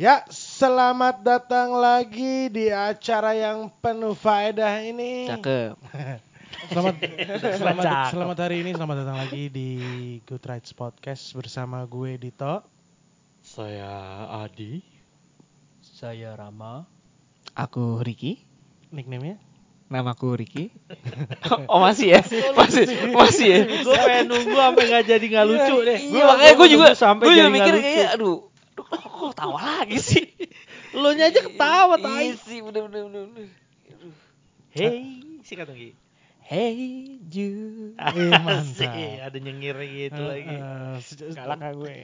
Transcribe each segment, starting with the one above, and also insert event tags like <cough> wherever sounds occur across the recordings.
Ya, selamat datang lagi di acara yang penuh faedah ini. Cakep. Selamat selamat Cakep. selamat hari ini, selamat datang lagi di Good Rights Podcast bersama gue Dito. Saya Adi. Saya Rama. Aku Riki. Nickname-nya? Namaku Riki. <laughs> oh <laughs> masih ya? Masih masih ya? Gue pengen nunggu sampai nggak jadi nggak lucu deh. Gue iya, makanya gue juga sampai gue juga jadi mikir mikir kayaknya aduh aduh, kok, kok tawa lagi sih? Lo nya aja ketawa tai. Iya sih, bener bener bener. bener. Hey, sikat lagi. Hey Jude. Eh, mantap. Eh, Ah, Asik, Iya, ada nyengir gitu lagi. galak <laughs> gue.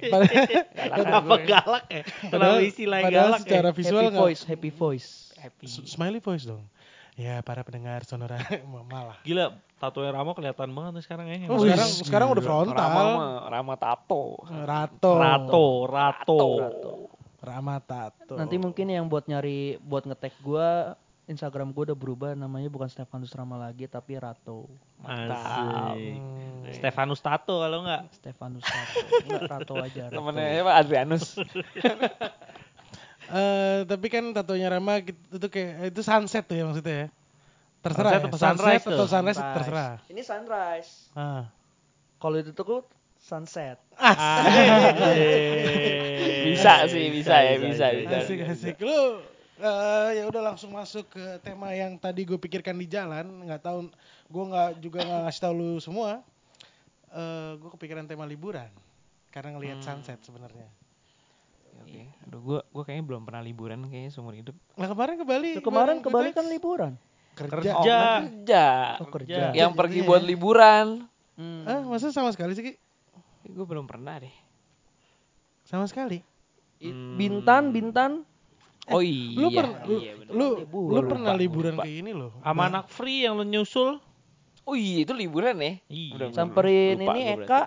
Kenapa galak ya? Kenapa Padahal- istilah padahal galak secara ya? visual happy nggak- voice, happy voice. Happy. Smiley voice dong. Ya, para pendengar sonora <laughs> malah. Gila, tatoe Ramo kelihatan banget nih sekarang ya. Oh, sekarang sekarang udah Rama frontal. mah, Rama Tato. Rato. Rato, Rato. Rama Tato. Nanti mungkin yang buat nyari buat ngetek gua Instagram gua udah berubah namanya bukan Stefanus Rama lagi tapi Rato. Mantap. Hmm. Stefanus Tato kalau enggak. Stefanus Rato. Nggak, Rato aja. Rato. Temennya apa <laughs> Adrianus. Eh tapi kan tatonya Rama gitu- itu kayak itu sunset tuh ya maksudnya ya. Terserah Sunset ya? apa sunset sunrise atau tuh? sunrise Sunrise. terserah. Ini sunrise. Ah. Kalau itu tuh sunset. Bisa sih, bisa ya, bisa, bisa. Asik asik lu. eh, ya udah langsung masuk ke tema yang tadi gue pikirkan di jalan nggak tahu gue nggak juga nggak ngasih tahu lu semua Eh gue kepikiran tema liburan karena ngelihat sunset sebenarnya Oke. Aduh, gue gue kayaknya belum pernah liburan kayaknya seumur hidup. nah kemarin ke Bali Lu kemarin ke ikut Bali tes. kan liburan. kerja, Oh, Kerja. kan kerja. Oh, kerja. Yang Kerja, pergi iya. buat liburan. Hmm. ah masa sama sekali sih Ki? Gue Eh, belum pernah deh. sama sekali Bintan, Bintan. Oh iya. lu pernah lu, iya, bener. lu, Liburan. lu pernah Lupa, liburan lupa. ke ini loh Sama anak free yang lu nyusul. Oh iya itu liburan ya? Iya. Udah, udah, Samperin lupa ini gua berarti. Eka.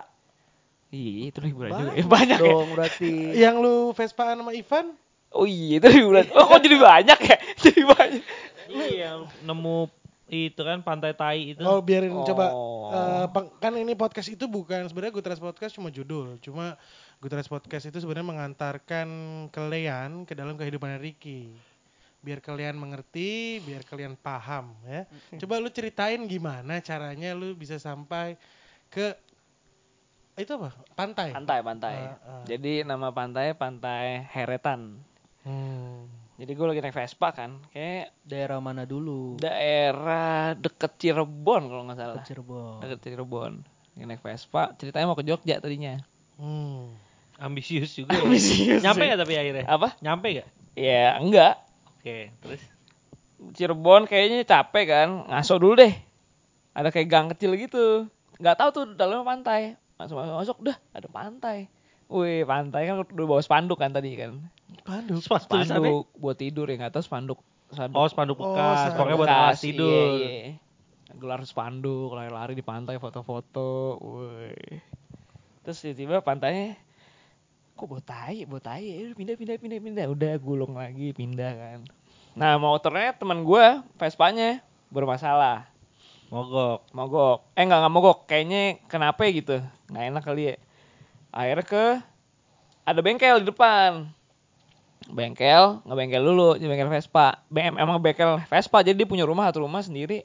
Iya itu liburan Banyak, juga. <laughs> Eh, banyak ya? dong berarti. yang lu Vespaan sama Ivan Oh iya <laughs> itu liburan. Oh kok jadi banyak ya? <laughs> Jadi banyak. Iya, nemu itu kan pantai tai itu. oh biarin Oh. coba eh, peng- kan ini podcast itu bukan sebenarnya Gutras podcast cuma judul cuma Gutras podcast itu sebenarnya mengantarkan kalian ke dalam kehidupan Ricky biar kalian mengerti biar kalian paham ya coba lu ceritain gimana caranya lu bisa sampai ke itu apa pantai Pantai pantai. Ah, ah. Jadi nama pantai pantai Heretan. Hmm. Jadi gue lagi naik Vespa kan, kayak Daerah mana dulu? daerah deket Cirebon kalau nggak Ke salah. Cirebon. Deket Cirebon. Lagi naik Vespa, ceritanya mau ke Jogja tadinya. Hmm. Ambisius juga. ya. Ambisius iya. Nyampe sih. nggak tapi akhirnya? Apa? Nyampe nggak? Ya enggak. Oke, terus Cirebon kayaknya capek kan ngaso dulu deh ada kayak gang kecil gitu nggak tahu tuh dalamnya pantai masuk masuk masuk dah ada pantai Wih pantai kan udah bawa spanduk kan tadi kan Pandu. Spas, tulisannya? spanduk buat tidur ya nggak tahu spanduk spanduk Oh, spanduk Oh, bekas, spanduk pokoknya buat bekas, alas tidur. iya, iya. gelar spanduk lari-lari di pantai foto-foto Wih terus tiba-tiba pantainya kok botai botai ya udah pindah pindah pindah pindah udah gulung lagi pindah kan nah motornya teman gua Vespanya bermasalah Mogok. mogok eh nggak nggak mogok kayaknya kenapa ya gitu nggak enak kali ya akhirnya ke ada bengkel di depan bengkel nggak bengkel dulu jadi bengkel Vespa BM emang bengkel Vespa jadi dia punya rumah satu rumah sendiri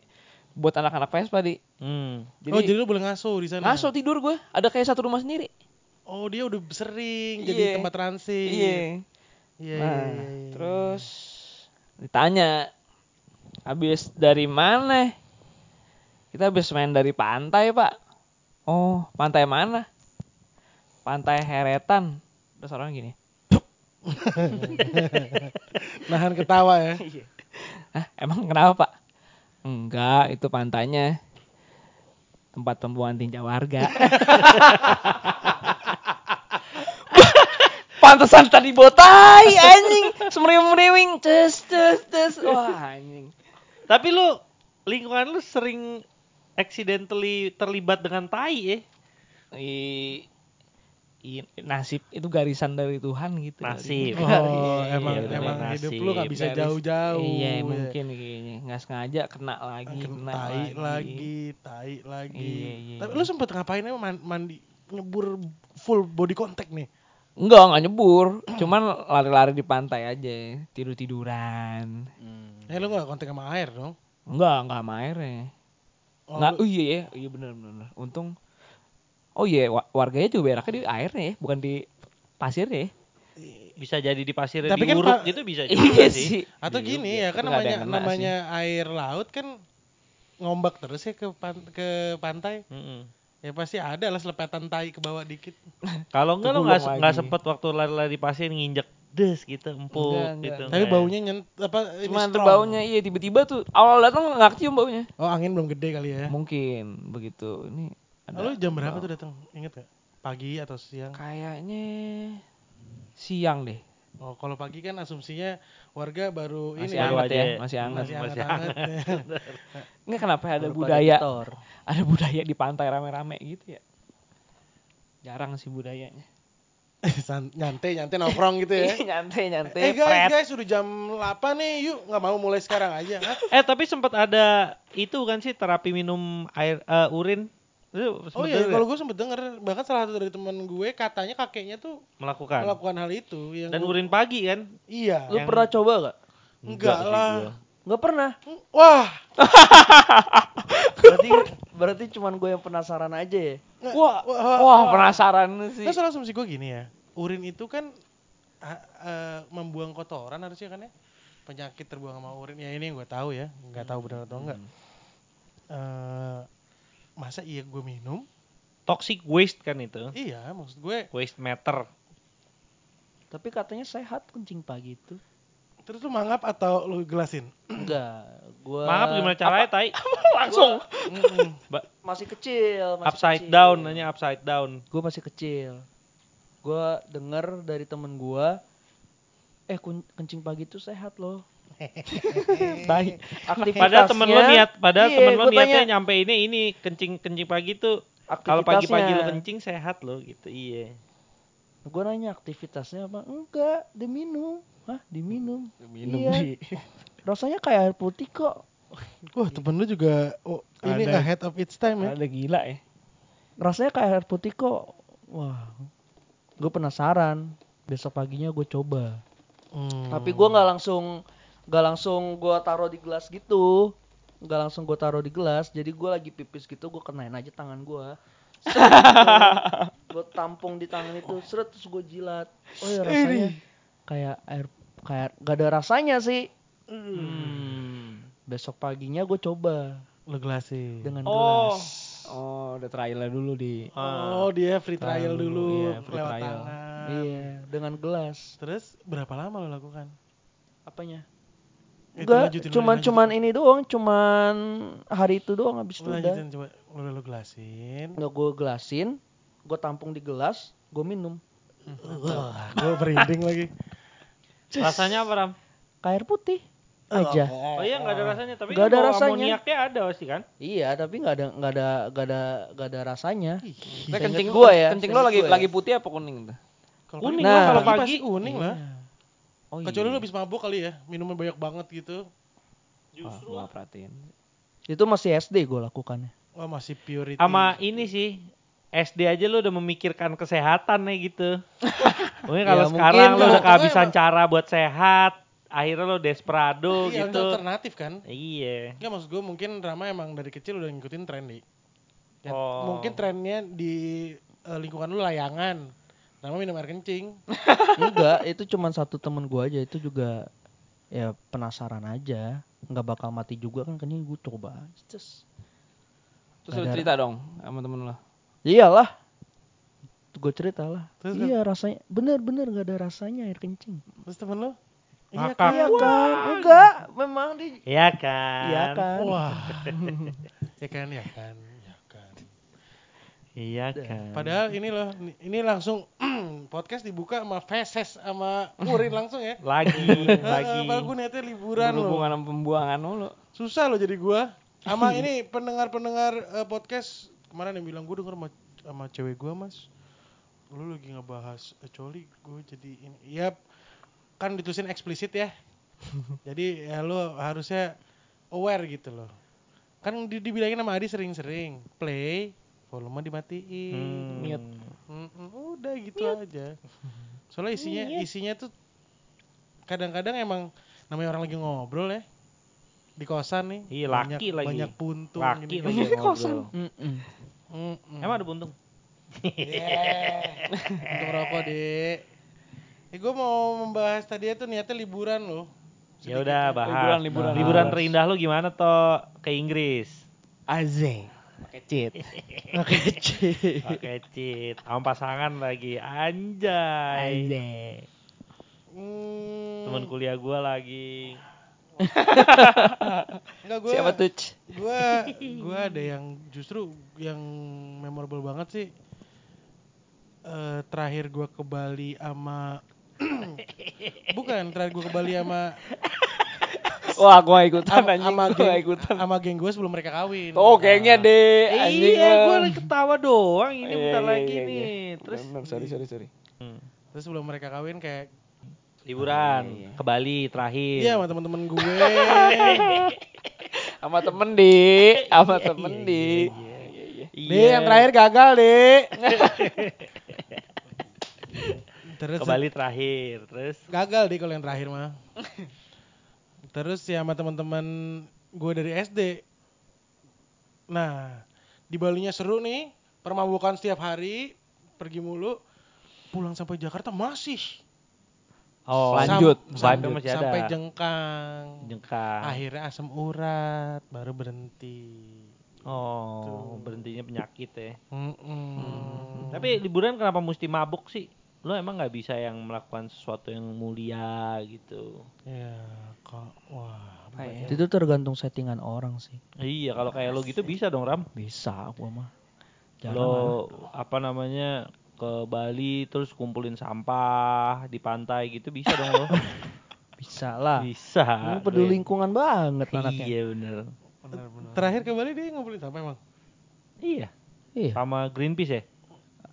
buat anak-anak Vespa di Hmm. oh jadi, jadi lu boleh ngaso di sana. ngaso tidur gua ada kayak satu rumah sendiri Oh dia udah sering Iya. jadi tempat transit. iya Iya. iya, Nah, iya, iya. terus ditanya habis dari mana? Kita habis main dari pantai, Pak. Oh, pantai mana? Pantai Heretan. Terus orang gini. nahan ketawa ya. <laughs> Iya. Hah, emang kenapa, Pak? Enggak, itu pantainya. Tempat pembuangan tinja warga. Pantesan tadi botai anjing, semriwing-mriwing, ces ces ces. Wah, anjing. Tapi lu lingkungan lu sering accidentally terlibat dengan tai ya. I, i- nasib itu garisan dari Tuhan gitu. <laughs> <laughs> Nasib. Oh, emang bener, emang nasib. hidup lu nggak bisa Garis- jauh-jauh. gitu. Iya, ya. mungkin kayaknya nggak sengaja kena lagi, Kena kena tai lagi. lagi, tai lagi. Iya, iya, Tapi iya. lu sempet ngapain emang man- mandi nyebur full body contact nih. Enggak, enggak nyebur. Cuman lari-lari di pantai aja, tidur-tiduran. Eh lu gak kontak sama air dong? Enggak, enggak sama airnya. Oh, Nggak, lu- oh iya ya, iya benar benar. Untung Oh iya, wa- warganya juga beraknya di airnya ya, bukan di pasirnya ya. Bisa jadi di pasir Tapi kan diuruk Pak- gitu <laughs> bisa juga Iya sih. sih. Atau Iya gini juga. ya, kan Nggak ada namanya yang kena namanya sih. air laut kan ngombak terus ya ke pan- ke pantai. Mm-mm. Ya pasti ada lah selepetan tai ke bawah dikit. Kalau enggak lo nggak Kegulung nggak lagi. sempet waktu lari-lari di pasir nginjek des gitu empuk Enggak, enggak. gitu. Tapi Nggak ya? baunya nyent apa ini Cuma tuh strong. baunya iya tiba-tiba tuh awal datang nggak cium baunya. Oh, angin belum gede kali ya. Mungkin begitu. Ini ada Lalu jam berapa tuh datang? Ingat gak? Pagi atau siang? Kayaknya siang deh. Oh, kalau pagi kan asumsinya warga baru Masih ini baru hangat aja. ya, masih hangat. Masih Masih hangat-hangat. Enggak kenapa ada Baru pada budaya, setor. ada budaya di pantai rame-rame gitu ya. Jarang sih budayanya. eh, San- nyantai nyantai nongkrong gitu <laughs> ya. nyantai nyantai. eh guys, guys, udah jam 8 nih, yuk nggak mau mulai sekarang aja. kan? Hah? Eh tapi sempat ada itu kan sih terapi minum air eh, urin. Itu sempet Oh iya, ada kalau nggak gue sempet denger bahkan salah satu dari teman gue katanya kakeknya tuh melakukan. melakukan hal itu yang Dan gua- urin pagi kan? iya Lu Yang- pernah coba gak? enggak sih lah gua. Gak pernah. wah Berarti berarti cuman gue yang penasaran aja ya. nggak- Wah, wah, wah penasaran sih. terus langsung sih gue gini ya urin itu kan ha- eh, membuang kotoran harusnya kan ya penyakit terbuang sama urin ya ini yang gue tahu ya nggak tahu benar atau enggak Eh, masa iya gue minum Toxic waste kan itu. iya maksud gue Waste matter. Tapi katanya sehat kencing pagi itu. terus lu mangap atau lu gelasin Enggak, gua Maaf gimana caranya, Tai? langsung. Mm-mm. masih kecil, masih Upside kecil. down, nanya upside down. Gue masih kecil. Gua denger dari temen gua eh kun- kencing pagi itu sehat loh. Tai. Aktivitasnya Padahal temen lo niat, padahal Iya, temen lo gua niatnya tanya, nyampe ini ini kencing kencing pagi tuh kalau pagi-pagi lo aktivitasnya. kencing sehat lo gitu. Iya. Gue nanya aktivitasnya apa? Enggak, diminum. Hah, diminum. Minum Iya. Rasanya kayak air putih kok. wah temen lu juga oh, ini Ada. ahead of its time ya Ada gila ya. Rasanya kayak air putih kok. Wah. Gue penasaran. Besok paginya gue coba. Hmm. Tapi gue nggak langsung nggak langsung gue taruh di gelas gitu. Nggak langsung gue taruh di gelas. Jadi gue lagi pipis gitu gue kenain aja tangan gue. gue tampung di tangan itu seret terus gue jilat oh ya rasanya kayak air kayak gak ada rasanya sih besok paginya gue coba Hmm. lu gelasin dengan Oh. gelas Oh, udah trial dulu di. Oh, dia free trial Trial dulu, dulu, iya, free lewat trial. tangan. iya dengan gelas Terus berapa lama lo lakukan? apanya Eh, Enggak, lanjutin, cuman lanjutin. cuman ini doang, cuman hari itu doang habis itu Lu udah. Oh, lanjutin coba lu, lu gelasin. Nggak gue gelasin, gue tampung di gelas, gue minum. Wah, gue merinding lagi. Rasanya apa, Ram? Kayak air putih aja. Oh iya nggak ada rasanya, tapi Nggak ada bau rasanya. amoniaknya ada pasti kan? Iya, tapi nggak ada nggak ada nggak ada nggak ada rasanya. Nah, Seinget kencing gua gua ya, ya. Kencing lo seinget lagi gua ya. lagi putih apa kuning tuh? Kalau pagi- Kuning lah, kalau pagi kalau pagi. iya. pasti kuning lah. Oh Kecuali lu habis mabuk kali ya, minumnya banyak banget gitu. Wah, gua nggak perhatiin. Itu masih SD gue lakukannya. Wah, masih purity. Sama ini sih SD aja lu udah memikirkan kesehatan nih gitu. <laughs> mungkin kalau Ya, sekarang mungkin lu udah kalau- kehabisan cara buat sehat, akhirnya lu desperado Iya, gitu. alternatif kan? Iya. Enggak maksud gue mungkin Rama emang dari kecil udah ngikutin tren nih. Oh. Mungkin trennya di eh, lingkungan lu layangan. Rama minum air kencing. Enggak, itu cuman satu temen gue aja. Itu juga ya penasaran aja. Nggak bakal mati juga kan, kayaknya gue coba. Just. Terus lu Ada- cerita dong sama temen lo. Iyalah. Gue cerita lah. Terus- kan? iya rasanya bener-bener nggak ada rasanya air kencing. Terus temen lu? Iya Ngakak. kan? Iya kan? Enggak, memang di Iya kan? Iya kan? Wah. <laughs> ya kan, ya kan, ya kan. Iya kan. Padahal ini loh, ini langsung <clears throat> podcast dibuka sama feses sama urin langsung ya. <laughs> lagi Hmm. Eh, lagi Padahal gue niatnya liburan loh. Berhubungan sama pembuangan lo. Susah loh jadi gua. Sama <laughs> ini pendengar-pendengar eh, podcast kemarin yang bilang gue denger sama, sama cewek gua mas. Lu lagi ngebahas eh, coli, gue jadi ini. Yap, kan ditulisin eksplisit <laughs> ya. jadi ya lu harusnya aware gitu loh. Kan di- dibilangin sama Adi sering-sering play volume dimatiin. Hmm. Mute. Mm, mm, udah gitu aja. Soalnya isinya Iya. isinya tuh kadang-kadang emang namanya orang lagi ngobrol ya di kosan nih. Iya, banyak- laki lagi. Banyak puntung Iya, Laki gini-gini. lagi ngobrol. Kosan. Mm-mm. Mm-mm. Emang ada buntung? Yeah. <laughs> Untuk rokok, Dek. Eh, gue mau membahas tadi itu niatnya liburan loh. Ya udah Sedikit. Oh, bahas. Liburan, liburan. Liburan terindah lu gimana toh ke Inggris? Aze. Pakai cheat. Oke, Ci. Oke, cit. Sama pasangan lagi. Anjay. Hmm, Temen kuliah gua lagi. enggak, gua, Siapa tuh? Ci? Gua, gua ada yang justru yang memorable banget sih. Eh, terakhir gua ke Bali sama <clears throat> bukan terakhir gua ke Bali sama Wah, gua ikutan Am- anjing. ama geng- gua ikutan. sama geng gue sebelum mereka kawin. Oh, kayaknya deh. Anjing Iya, lu. gua lagi ketawa doang ini Iya, bentar iya, lagi iya, nih. iya. Terus Bener, bener. sorry, sorry, sorry. Hmm. Terus sebelum mereka kawin kayak liburan Iya, iya. ke Bali terakhir. iya sama teman-teman gue. <laughs> Sama temen di, sama temen di. Iya. Di yang terakhir gagal, Di. Terus ke Bali terakhir. Terus gagal deh kalau yang terakhir mah. Terus ya sama teman-teman gue dari SD. Nah, di Balinya seru nih, permabukan setiap hari, pergi mulu, pulang sampai Jakarta masih oh, Sam- Lanjut, sampai, lanjut. masih ada. sampai jengkang. jengkang. Akhirnya asam urat, baru berhenti. Oh, berhentinya penyakit ya. Mm-mm. Tapi liburan kenapa mesti mabuk sih? Lo emang nggak bisa yang melakukan sesuatu yang mulia gitu. ya kok wah Kayak- Itu tergantung settingan orang sih. Iya, kalau kayak lo gitu bisa dong, Ram. Bisa gua mah. Jarang. Lo apa namanya ke Bali terus kumpulin sampah di pantai gitu bisa dong lo. Bisa lah. bisa. Lu Ren. peduli lingkungan banget anaknya. Iya bener. benar-benar. Terakhir ke Bali dia ngumpulin sampah emang. Iya. Iya. Sama Greenpeace ya?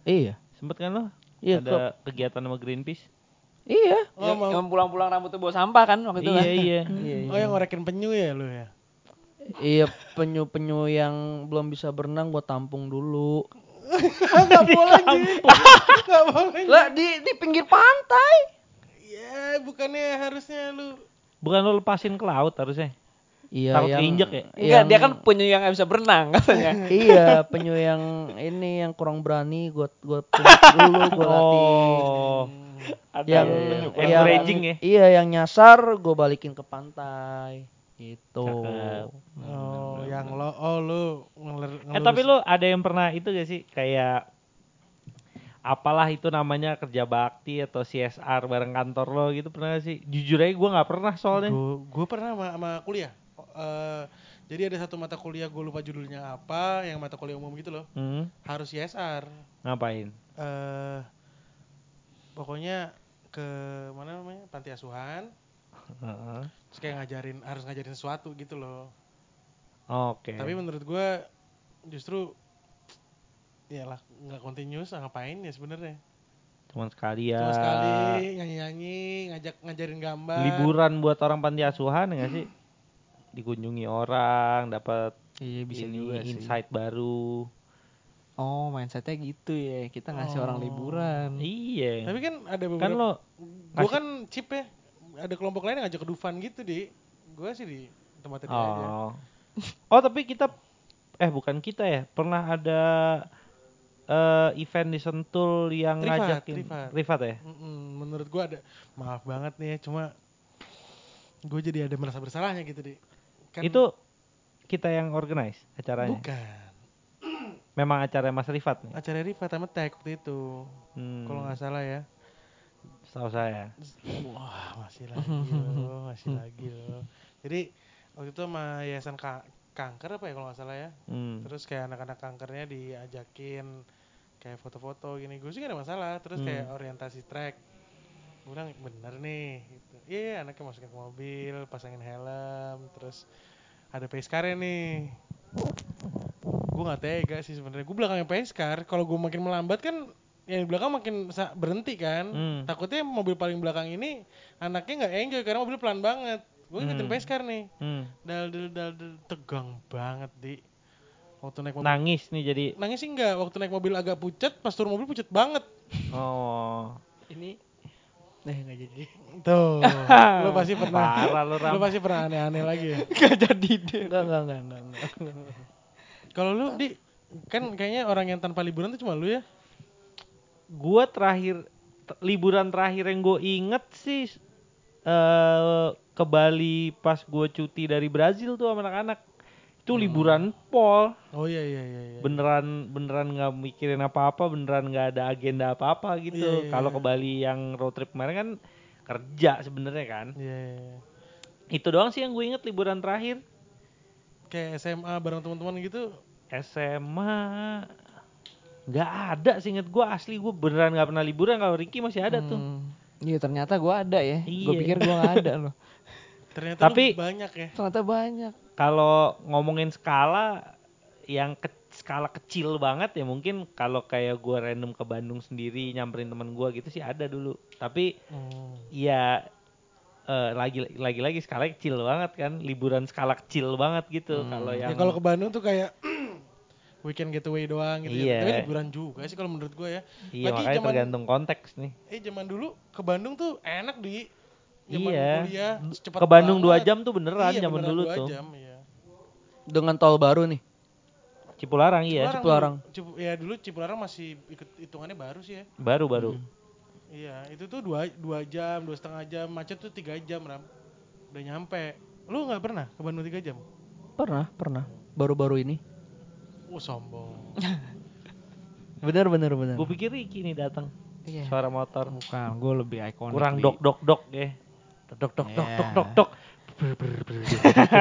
Iya. Sempet kan lo? Iya, Ada kegiatan sama Greenpeace? Iya. Ya, Oh, Yang- mau- yang pulang-pulang rambutnya bawa sampah kan waktu itu iya, kan? iya. Oh yang ngorekin penyu ya lu ya. Iya penyu-penyu yang belum bisa berenang gua tampung <laughs> dulu. Enggak boleh <laughs> anjing. Enggak boleh. Lah di di pinggir pantai. Ya, bukannya harusnya lu Bukan lo lepasin ke laut harusnya. Iya Takut keinjek ya? Enggak, yang- dia kan penyu yang nggak bisa berenang katanya. iya penyu yang ini yang kurang berani gua gua pungut dulu gua latih. Oh. Ada yang penyu kurang yang- encouraging ya? Iya yang nyasar gua balikin ke pantai. Gitu. Cakep. Oh, yang lo oh lu ngeler, Eh tapi lo ada yang pernah itu gak sih kayak apalah itu namanya kerja bakti atau CSR bareng kantor lo gitu pernah gak sih? Jujur aja gue nggak pernah soalnya. gue pernah sama, sama kuliah. Eh, jadi ada satu mata kuliah gue lupa judulnya apa, yang mata kuliah umum gitu loh. Hmm, Harus CSR. ngapain? Eh pokoknya ke mana namanya? Panti asuhan. Terus kayak ngajarin harus ngajarin sesuatu gitu loh. Oke. Tapi menurut gua justru ya lah nggak continuous ngapain ya sebenarnya. Cuman sekali ya. Cuma sekali nyanyi-nyanyi, ngajak ngajarin gambar. Liburan buat orang panti asuhan ya nggak sih? Dikunjungi orang, dapat Iya, bisa ini, juga sih. insight baru. Oh, mindsetnya gitu ya. Kita ngasih orang Oh. liburan. Iya. Tapi kan ada beberapa. kan lo gua ngasih- kan chip ya. Ada kelompok lain yang ngajak ke Dufan gitu di. Gua sih di tempat dia aja. Oh. Oh, tapi kita eh bukan kita ya, pernah ada eh, event di Sentul yang Privat, ngajakin privat. ya. Mm-mm, menurut gua ada maaf banget nih ya, cuma gue jadi ada merasa bersalahnya gitu di. Kan- Itu kita yang organize ya? acaranya. bukan Memang acara Mas Rifat nih. acara Riva sama Tek waktu itu Hmm, kalau nggak salah ya setahu saya. Wah, masih lagi <laughs> loh, masih lagi loh. Jadi waktu itu sama yayasan Ka- kanker apa ya kalau nggak salah ya. Hmm. Terus kayak anak-anak kankernya diajakin kayak foto-foto gini. Gue sih gak ada masalah. Hmm. Terus kayak orientasi track. Gue bilang bener nih. Gitu. Iya, iya, anaknya masukin ke mobil, pasangin helm, terus ada peskarnya nih. Gue nggak tega sih sebenarnya. Gue belakangnya peskar. Kalau gue makin melambat kan yang di belakang makin sa- berhenti kan. Hmm. Takutnya mobil paling belakang ini anaknya nggak enjoy karena mobil pelan banget. Gue ngikutin Hmm. peskar nih. Hmm. Dal dal dal dal tegang banget di waktu naik mobil. Nangis nih <laughs> jadi. Nangis sih enggak, waktu naik mobil agak pucat, pas turun mobil pucat banget. Oh. Ini Eh nggak jadi. Tuh, lu pasti pernah. Parah lu Ram. Nah, Lu pasti pernah aneh-aneh lagi ya. Gak jadi deh. Enggak enggak enggak enggak. enggak. Kalau lu di kan kayaknya orang yang tanpa liburan tuh cuma lu ya. Gua terakhir t- liburan terakhir yang gue inget sih eh ke Bali pas gue cuti dari Brazil tuh sama anak-anak. Itu Hmm. liburan pol, Oh iya iya iya. iya. beneran beneran nggak mikirin apa-apa, beneran nggak ada agenda apa-apa Iya, gitu. iya, iya. Kalau ke Bali yang road trip kemarin kan kerja sebenarnya kan. Iya, iya, iya. Itu doang sih yang gue inget liburan terakhir. Kayak SMA bareng teman-teman gitu. SMA nggak ada sih inget gue asli gue beneran nggak pernah liburan kalau Ricky masih ada tuh Hmm. Iya ternyata gue ada Eh, ya. Gue Iya. pikir gue gak ada loh. Ternyata Tapi- Tapi, banyak ya. Ternyata banyak. kalau ngomongin skala yang ke- skala kecil banget ya mungkin kalau kayak gue random ke Bandung sendiri nyamperin teman gue gitu sih ada dulu tapi Hmm. ya eh, lagi lagi lagi skala kecil banget kan liburan skala kecil banget gitu kalau yang Ya kalau ke Bandung tuh kayak <clears throat> weekend getaway doang gitu Iya. ya. Tapi liburan juga sih kalau menurut gue ya. iya lagi makanya zaman- tergantung konteks nih Eh zaman dulu ke Bandung tuh enak di zaman Iya. kuliah cepet ke Bandung dua banget. jam tuh beneran Iya, zaman beneran dulu dua tuh Jam, iya. Dengan tol baru nih. Cipularang iya Cipularang. dulu- Cipu- ya dulu Cipularang masih ikut hitungannya baru sih ya. baru baru Iya, itu tuh dua, dua jam, dua setengah jam, macet tuh tiga jam Ram. Udah nyampe. Lu nggak pernah ke Bandung tiga jam? Pernah pernah. Baru-baru ini. Oh sombong. Bener bener bener. Gue pikir Ricky nih datang Iya. suara motor. Bukan, gue lebih ikonik. Kurang Li. dok dok dok ya. Dok dok dok dok Iya. dok dok. Brr, brr, brr, brr.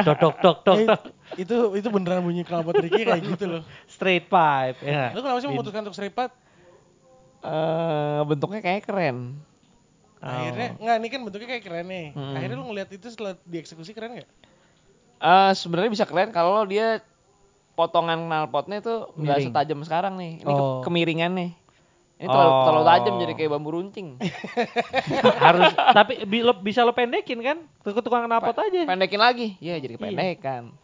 Dok dok dok dok <laughs> Eh, dok. itu itu beneran bunyi knalpot Ricky kayak gitu <laughs> loh. Straight pipe. Ya. <laughs> Lu kenapa sih memutuskan untuk seripat? Eh, bentuknya kayak keren. Oh. Akhirnya nggak ini kan bentuknya kayak keren nih. Hmm. Akhirnya lu ngeliat itu setelah dieksekusi keren nggak? Eh sebenarnya bisa keren kalau dia potongan knalpotnya tuh nggak Miring. setajam sekarang nih. Ini Oh. ke- kemiringan nih. Ini terlalu, Oh. terlalu tajam jadi kayak bambu <laughs> runcing. Harus tapi bi- lo- bisa lo pendekin kan? Ke ke tukang knalpot aja. Pendekin lagi. Ya jadi Iya. kependekan.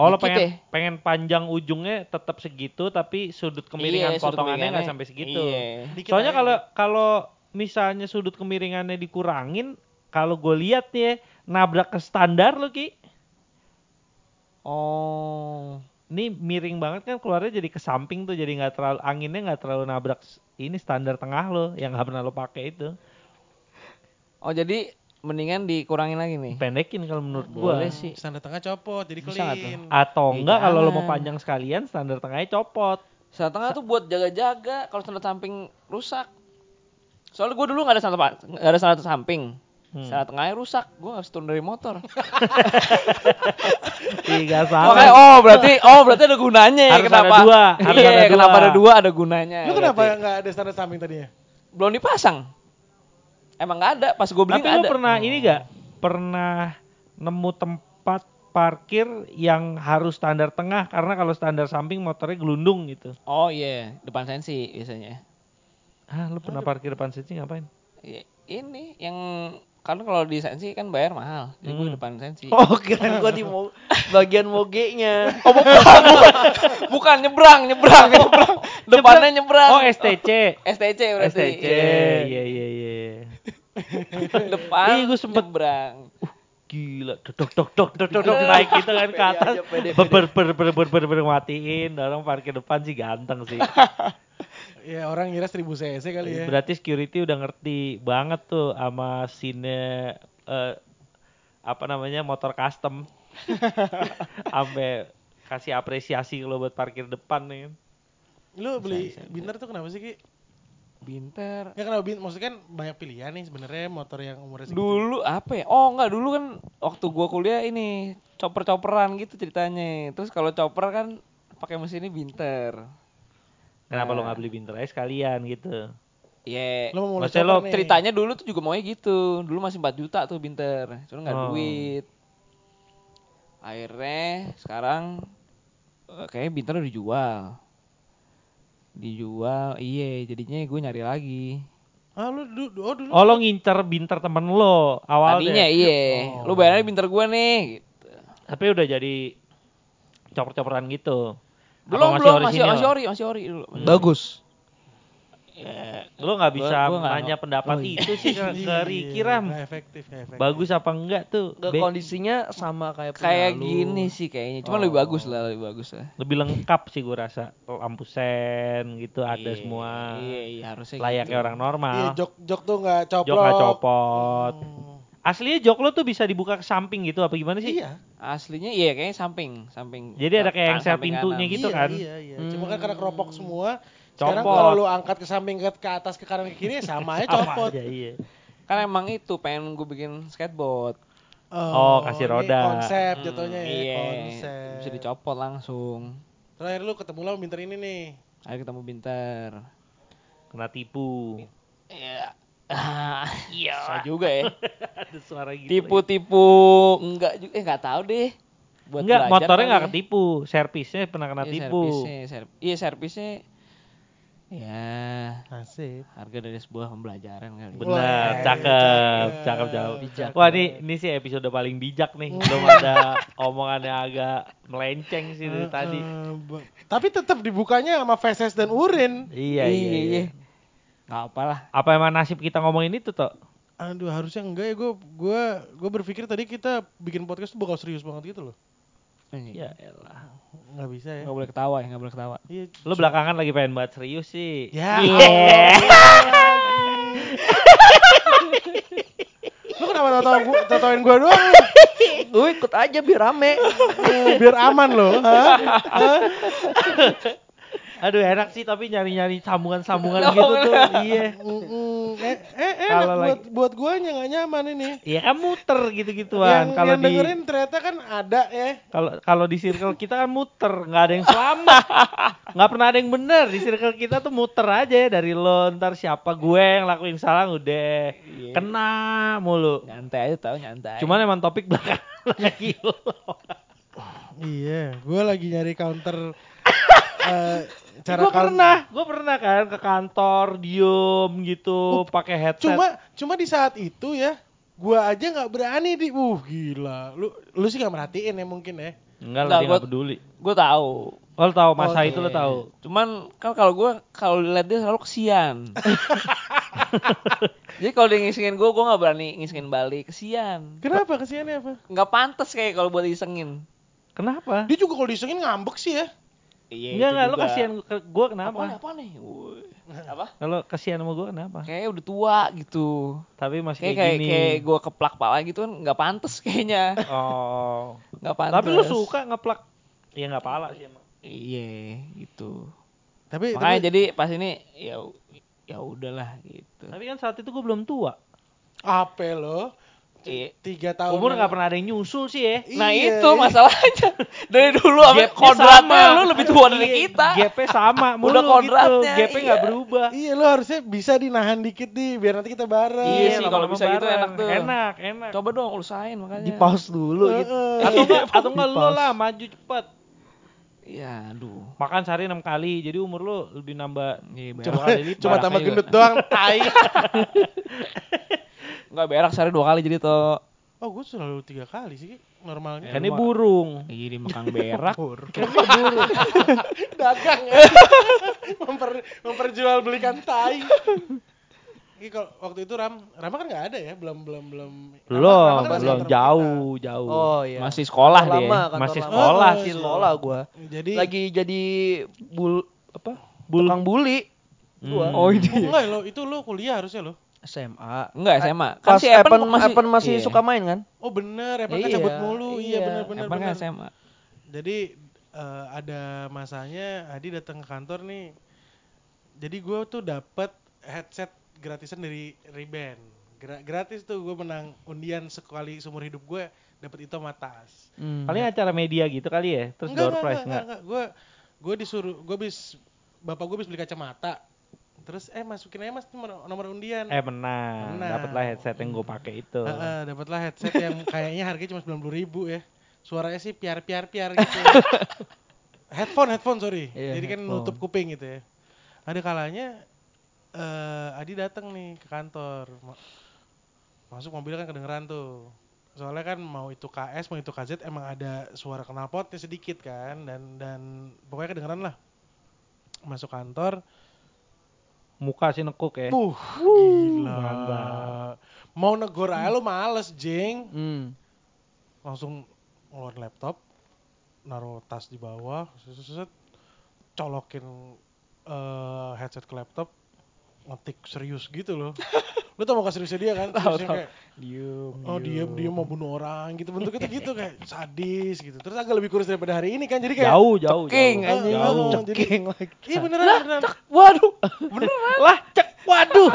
Oh lo dikit pengen deh. pengen panjang ujungnya tetap segitu tapi sudut Iya, kemiringan sudut potongannya nggak kemiringannya. sampai segitu. Iya. Dikit Soalnya aja. kalau kalau misalnya sudut kemiringannya dikurangin, kalau gue lihat nih ya, nabrak ke standar lo Ki. Oh. ini miring banget kan keluarnya jadi ke samping tuh jadi nggak terlalu anginnya nggak terlalu nabrak s- ini standar tengah lo yang nggak pernah lo pakai itu Oh jadi mendingan dikurangin lagi nih. pendekin kalau menurut gua Boleh sih. standar tengah copot jadi Bisa nggak tuh? clean. atau Ya, enggak kalau lo mau jangan. panjang sekalian standar tengahnya copot Standar tengah tuh buat jaga-jaga kalau standar samping rusak. Soalnya gue dulu gak ada standar, pa- nggak ada standar samping. Hmm. Standar tengahnya rusak, gue harus turun dari <laughs> motor. Makanya, tiga Iya, salah oh berarti, oh berarti ada gunanya ya Harus kenapa? ada dua, harus Iya, ada dua. kenapa ada dua ada gunanya. Lu kenapa berarti. nggak ada standar samping tadinya? Belum dipasang. Emang nggak ada, pas gue beli tapi nggak lo ada. pernah ini gak pernah nemu tempat parkir yang harus standar tengah karena kalau standar samping motornya gelundung gitu Oh iya, depan sensi biasanya. ah lo pernah parkir depan sini ngapain Ya, Ini yang karena kalau di sensi kan bayar mahal, jadi gue Hmm. depan sensi. Oh kirain gua di mo- bagian moge-nya. Oh bukan, bukan, <laughs> bukan nyebrang, nyebrang, nyebrang. Depannya nyebrang. oh STC STC berarti. STC Oh. iya iya iya Depan. Iya, gua sempet- nyebrang. gila dok dok dok dok dok dok naik gitu kan ke Pede atas aja, pede, ber ber ber ber ber ber ber matiin orang parkir depan sih ganteng sih Ya orang ngira 1000 cc kali ya. Iya, berarti security udah ngerti banget tuh sama scene eh, apa namanya motor <laughs> custom ampe kasih apresiasi lo buat parkir depan nih kan. Lu beli Binter tuh kenapa sih Ki? Binter. Ya kenapa Binter? Maksudnya kan banyak pilihan nih sebenarnya motor yang umurnya segitu. Dulu apa ya? Oh enggak, dulu kan waktu gua kuliah ini coper-coperan gitu ceritanya. Terus kalau coper kan pakai mesinnya binter. Nah. kenapa lo nggak beli binter aja sekalian gitu Iya. Lu mau mulai Maksudnya lo coper nih. Ceritanya dulu tuh juga maunya gitu. Dulu masih 4 juta tuh binter. Cuma nggak ada Oh. duit. Akhirnya sekarang eh, kayaknya binter udah dijual. Dijual, iya jadinya gue nyari lagi. Ah lu dulu oh dulu. oh lo ngincer binter temen lo awalnya Tadinya iya, lu bayarannya binter gue nih. Gitu. tapi udah jadi coper-coperan gitu Apa Belum, belum, masih, orisinil? masih ori, masih ori dulu. Bagus. Ya, Lo nggak Gua- bisa gua nggak nanya mau. pendapat Oh, iya. itu sih <laughs> ke, ke Ricky Ram. Nggak efektif, nggak efektif. Bagus apa enggak tuh? Nggak, Be- kondisinya sama kayak punya Kayak lu. gini sih kayaknya. Cuma Oh. lebih bagus lah, lebih bagus lah. lebih lengkap sih gue rasa. Lampu sen gitu ada Iya, semua. Iya, iya harusnya Layaknya gitu. orang Iya, normal. jok jok tuh nggak coplok. Jok nggak copot. Hmm. Aslinya jok lo tuh bisa dibuka ke samping gitu apa gimana sih? Iya. Aslinya iya kayaknya samping, samping. Jadi ada kayak kan- yang sel samping pintunya kanan. gitu iya, kan? Iya, iya. Cuma kan karena keropok semua, sekarang Copot. kalau lu angkat ke samping ke, ke atas ke kanan ke kiri ya sama aja Apa copot. aja, iya. Kan emang itu pengen gue bikin skateboard. Oh, kasih ini roda. Hmm, Konsep jatuhnya ya, Iya, konsep. Bisa dicopot langsung. Terakhir lu ketemu lah Binter ini nih. Ayo ketemu Binter. Kena tipu. Iya. Ah, iya. Susah juga ya. <laughs> Ada suara gitu. Tipu-tipu enggak juga eh enggak tahu deh. Buat Enggak, belajar motornya kali nggak ya. ketipu, servisnya pernah kena Iya, tipu. servisnya, ser- Iya, servisnya ya Asik. harga dari sebuah pembelajaran kali. ya. Bener. Benar, Wah, cakep, cakep. cakep jauh. Bijak. Wah, ini ini sih episode paling bijak nih. Belum ada omongannya agak melenceng sih dari Eh, tadi. eh, ba- tapi tetap dibukanya sama feses dan urin. Iya, iya, iya. Enggak apalah. Apa emang nasib kita ngomongin itu toh? Aduh, harusnya enggak ya gue gue gue berpikir tadi kita bikin podcast tuh bakal serius banget gitu loh. Iya. elah. Nggak bisa ya. Enggak Oh. boleh ketawa ya, enggak boleh ketawa. Iya. Lu belakangan lagi pengen banget serius sih. Ya. Iya. Lu kenapa tau-tau gua, tau-tauin gue doang? lu? Lu Eh, ikut aja biar <laughs> rame. Eh, Biar aman loh. Hah? Aduh, enak sih tapi nyari-nyari sambungan-sambungan gitu tuh. Iya. Mm-mm. Eh, eh, enak Kalau buat buat guanya nggak nyaman ini. Iya kan muter gitu-gituan. Yang, Kalau yang di dengerin ternyata kan ada ya. Kalau kalau di circle kita kan muter, nggak ada yang selamat, nggak pernah ada yang bener. Di circle kita tuh muter aja ya dari lo ntar siapa gue yang lakuin salah udah Iya. kena mulu. Nyantai aja tahu nyantai. Cuman emang topik belakang <laughs> lagi lo. Iya, gue lagi nyari <laughs> counter eh, cara Gue count- pernah, gue pernah kan ke kantor diem gitu pakai headset. Uh, Cuma cuma di saat itu ya, gua aja nggak berani di. Uh gila, lu lu sih nggak merhatiin ya mungkin ya. enggak Enggak, lah dia nggak gua- peduli. gue tahu. Oh, Lo tahu masa Nah, Oh, itu lo iya. tahu. Cuman kan kalau gue kalau lihat dia selalu <laughs> kesian. Jadi kalau dia ngisengin gue, gue nggak berani ngisengin balik. Kesian. Kenapa kesiannya apa? Nggak pantas kayak kalau buat isengin. Kenapa? Dia juga kalau disengin ngambek sih ya. Iya. Enggak enggak, lo kasihan ke- gue kenapa? Apa? Apa nih? Wuih. Apa? Kalau kasihan sama gue kenapa? Kayaknya udah tua gitu. Tapi masih Kayak kayak, kayak, gini. kayak gue keplak pala gitu kan nggak pantas <laughs> kayaknya. Oh. Nggak pantas. Tapi lu suka ngeplak? Ya nggak pala sih emang. Iya, gitu. Tapi, Makanya tapi- jadi pas ini ya ya udahlah gitu. Tapi kan saat itu gue belum tua. apa lo? Iya. Tiga tahun. Umur yang- nggak pernah ada yang nyusul sih ya. Nah Iya, itu iya. masalahnya <laughs> dari dulu sampai Gapnya kodratnya sama. lu lebih tua dari Iya, kita. GP <laughs> sama mulu Udah gitu. kodratnya, GP nggak iya. berubah. Iya lo harusnya bisa dinahan dikit di biar nanti kita bareng. Iya sih, lama-lama kalau bisa gitu bareng. enak tuh. Enak, enak. Coba dong usahain makanya. Di pause dulu gitu. Heeh. Iya. Atau nggak atau nggak Di lo pause. lah maju cepet. Iya, aduh. Makan sehari 6 kali, jadi umur lo lebih nambah Iya, dua berak. kali lipat. Cuma Barangnya tambah juga. gendut <laughs> doang, tai. Enggak berak sehari dua kali jadi to. Oh, gue selalu tiga kali sih Ki, normalnya. Kan ini burung. Iya, dia makan <laughs> berak. Dagang ya. Memper, memperjual belikan tai. Ki, kalau waktu itu Ram, Rama kan nggak ada ya, belum belum belum. Rama- Belum, Rama kan masih belum antar jauh, jauh. Oh iya. Masih sekolah Kantor dia. lama, kantor Masih lama. sekolah Masih sih lo. sekolah gua. kita. Jadi Lagi jadi bul apa? Bul- Tukang bully. Hmm. Gua. Oh, Oh, ini. enggak lo, itu lo kuliah harusnya lo. SMA. Enggak SMA. Kan Pas si Evan Evan masih, masih, masih iya. suka main kan? Oh bener, Evan kan Iya, cabut mulu. Iya, iya. bener bener Evan kan bener. SMA. Jadi eh, ada masanya Adi datang ke kantor nih. Jadi gue tuh dapat headset gratisan dari Ray-Ban. Gra- gratis tuh gue menang undian sekali seumur hidup gue dapat itu sama tas. Paling acara media gitu kali ya, terus door prize enggak. Gue gue disuruh gue bis bapak gue bis beli kacamata. Terus eh masukin aja mas nomor, nomor undian. Eh menang, Menang. dapatlah headset yang gue pakai itu. Heeh, dapatlah headset <laughs> yang kayaknya harganya cuma 90 ribu ya. Suaranya sih piar piar piar gitu. <laughs> headphone headphone sorry. Iya, Jadi kan headphone. nutup kuping gitu ya. Ada kalanya eh Adi datang nih ke kantor. Ma- Masuk mobil kan kedengeran tuh. Soalnya kan mau itu KS mau itu KZ emang ada suara knalpotnya sedikit kan dan dan pokoknya kedengeran lah. Masuk kantor muka sih nekuk ya. Buh, gila. mantap. Mau negor aja lu males, jeng. Hmm. Langsung ngeluarin laptop, naruh tas di bawah, set, set, set, colokin eh, headset ke laptop, ngetik serius gitu loh. lu tau mau seriusnya dia kan? Tahu, Seriusnya tahu. kayak, Diem. oh diem, diem mau bunuh orang gitu. Bentuknya tuh gitu kayak sadis gitu. Terus agak lebih kurus daripada hari ini kan, jadi kayak... Jauh, jauh, ceking, jauh. anjing. Jauh. Jauh. Ceking lagi. Iya beneran, beneran. Waduh. <laughs> Beneran. Lah, cek. Waduh.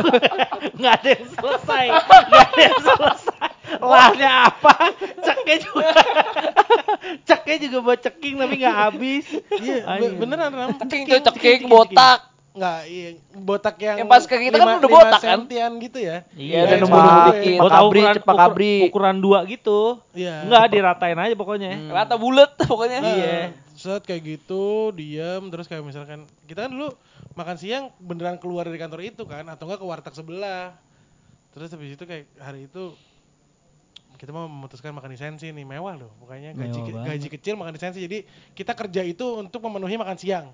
<laughs> Nggak ada yang selesai. Nggak ada yang selesai. Lahnya apa? Ceknya juga. <laughs> Ceknya juga buat ceking tapi nggak habis. Iya, be- Anjing. beneran. Ram. Ceking tuh ceking botak. Enggak, iya, botak yang Yang pas ke kita kan lima- udah lima botak, kan? sentian gitu ya. Iya, ada cuma nemu-nemu buat- dikit, buat pakabri, ukuran- cepak kabri. ukur- Ukuran dua gitu. Iya. Enggak, diratain aja pokoknya. Rata bulat pokoknya. Iya. Nah, Set kayak gitu, diam terus kayak misalkan kita kan dulu makan siang beneran keluar dari kantor itu kan atau enggak ke warteg sebelah. Terus habis itu kayak hari itu kita mau memutuskan makan di sensi nih mewah loh pokoknya gaji Mewah ke- banget. gaji kecil makan di sensi jadi kita kerja itu untuk memenuhi makan siang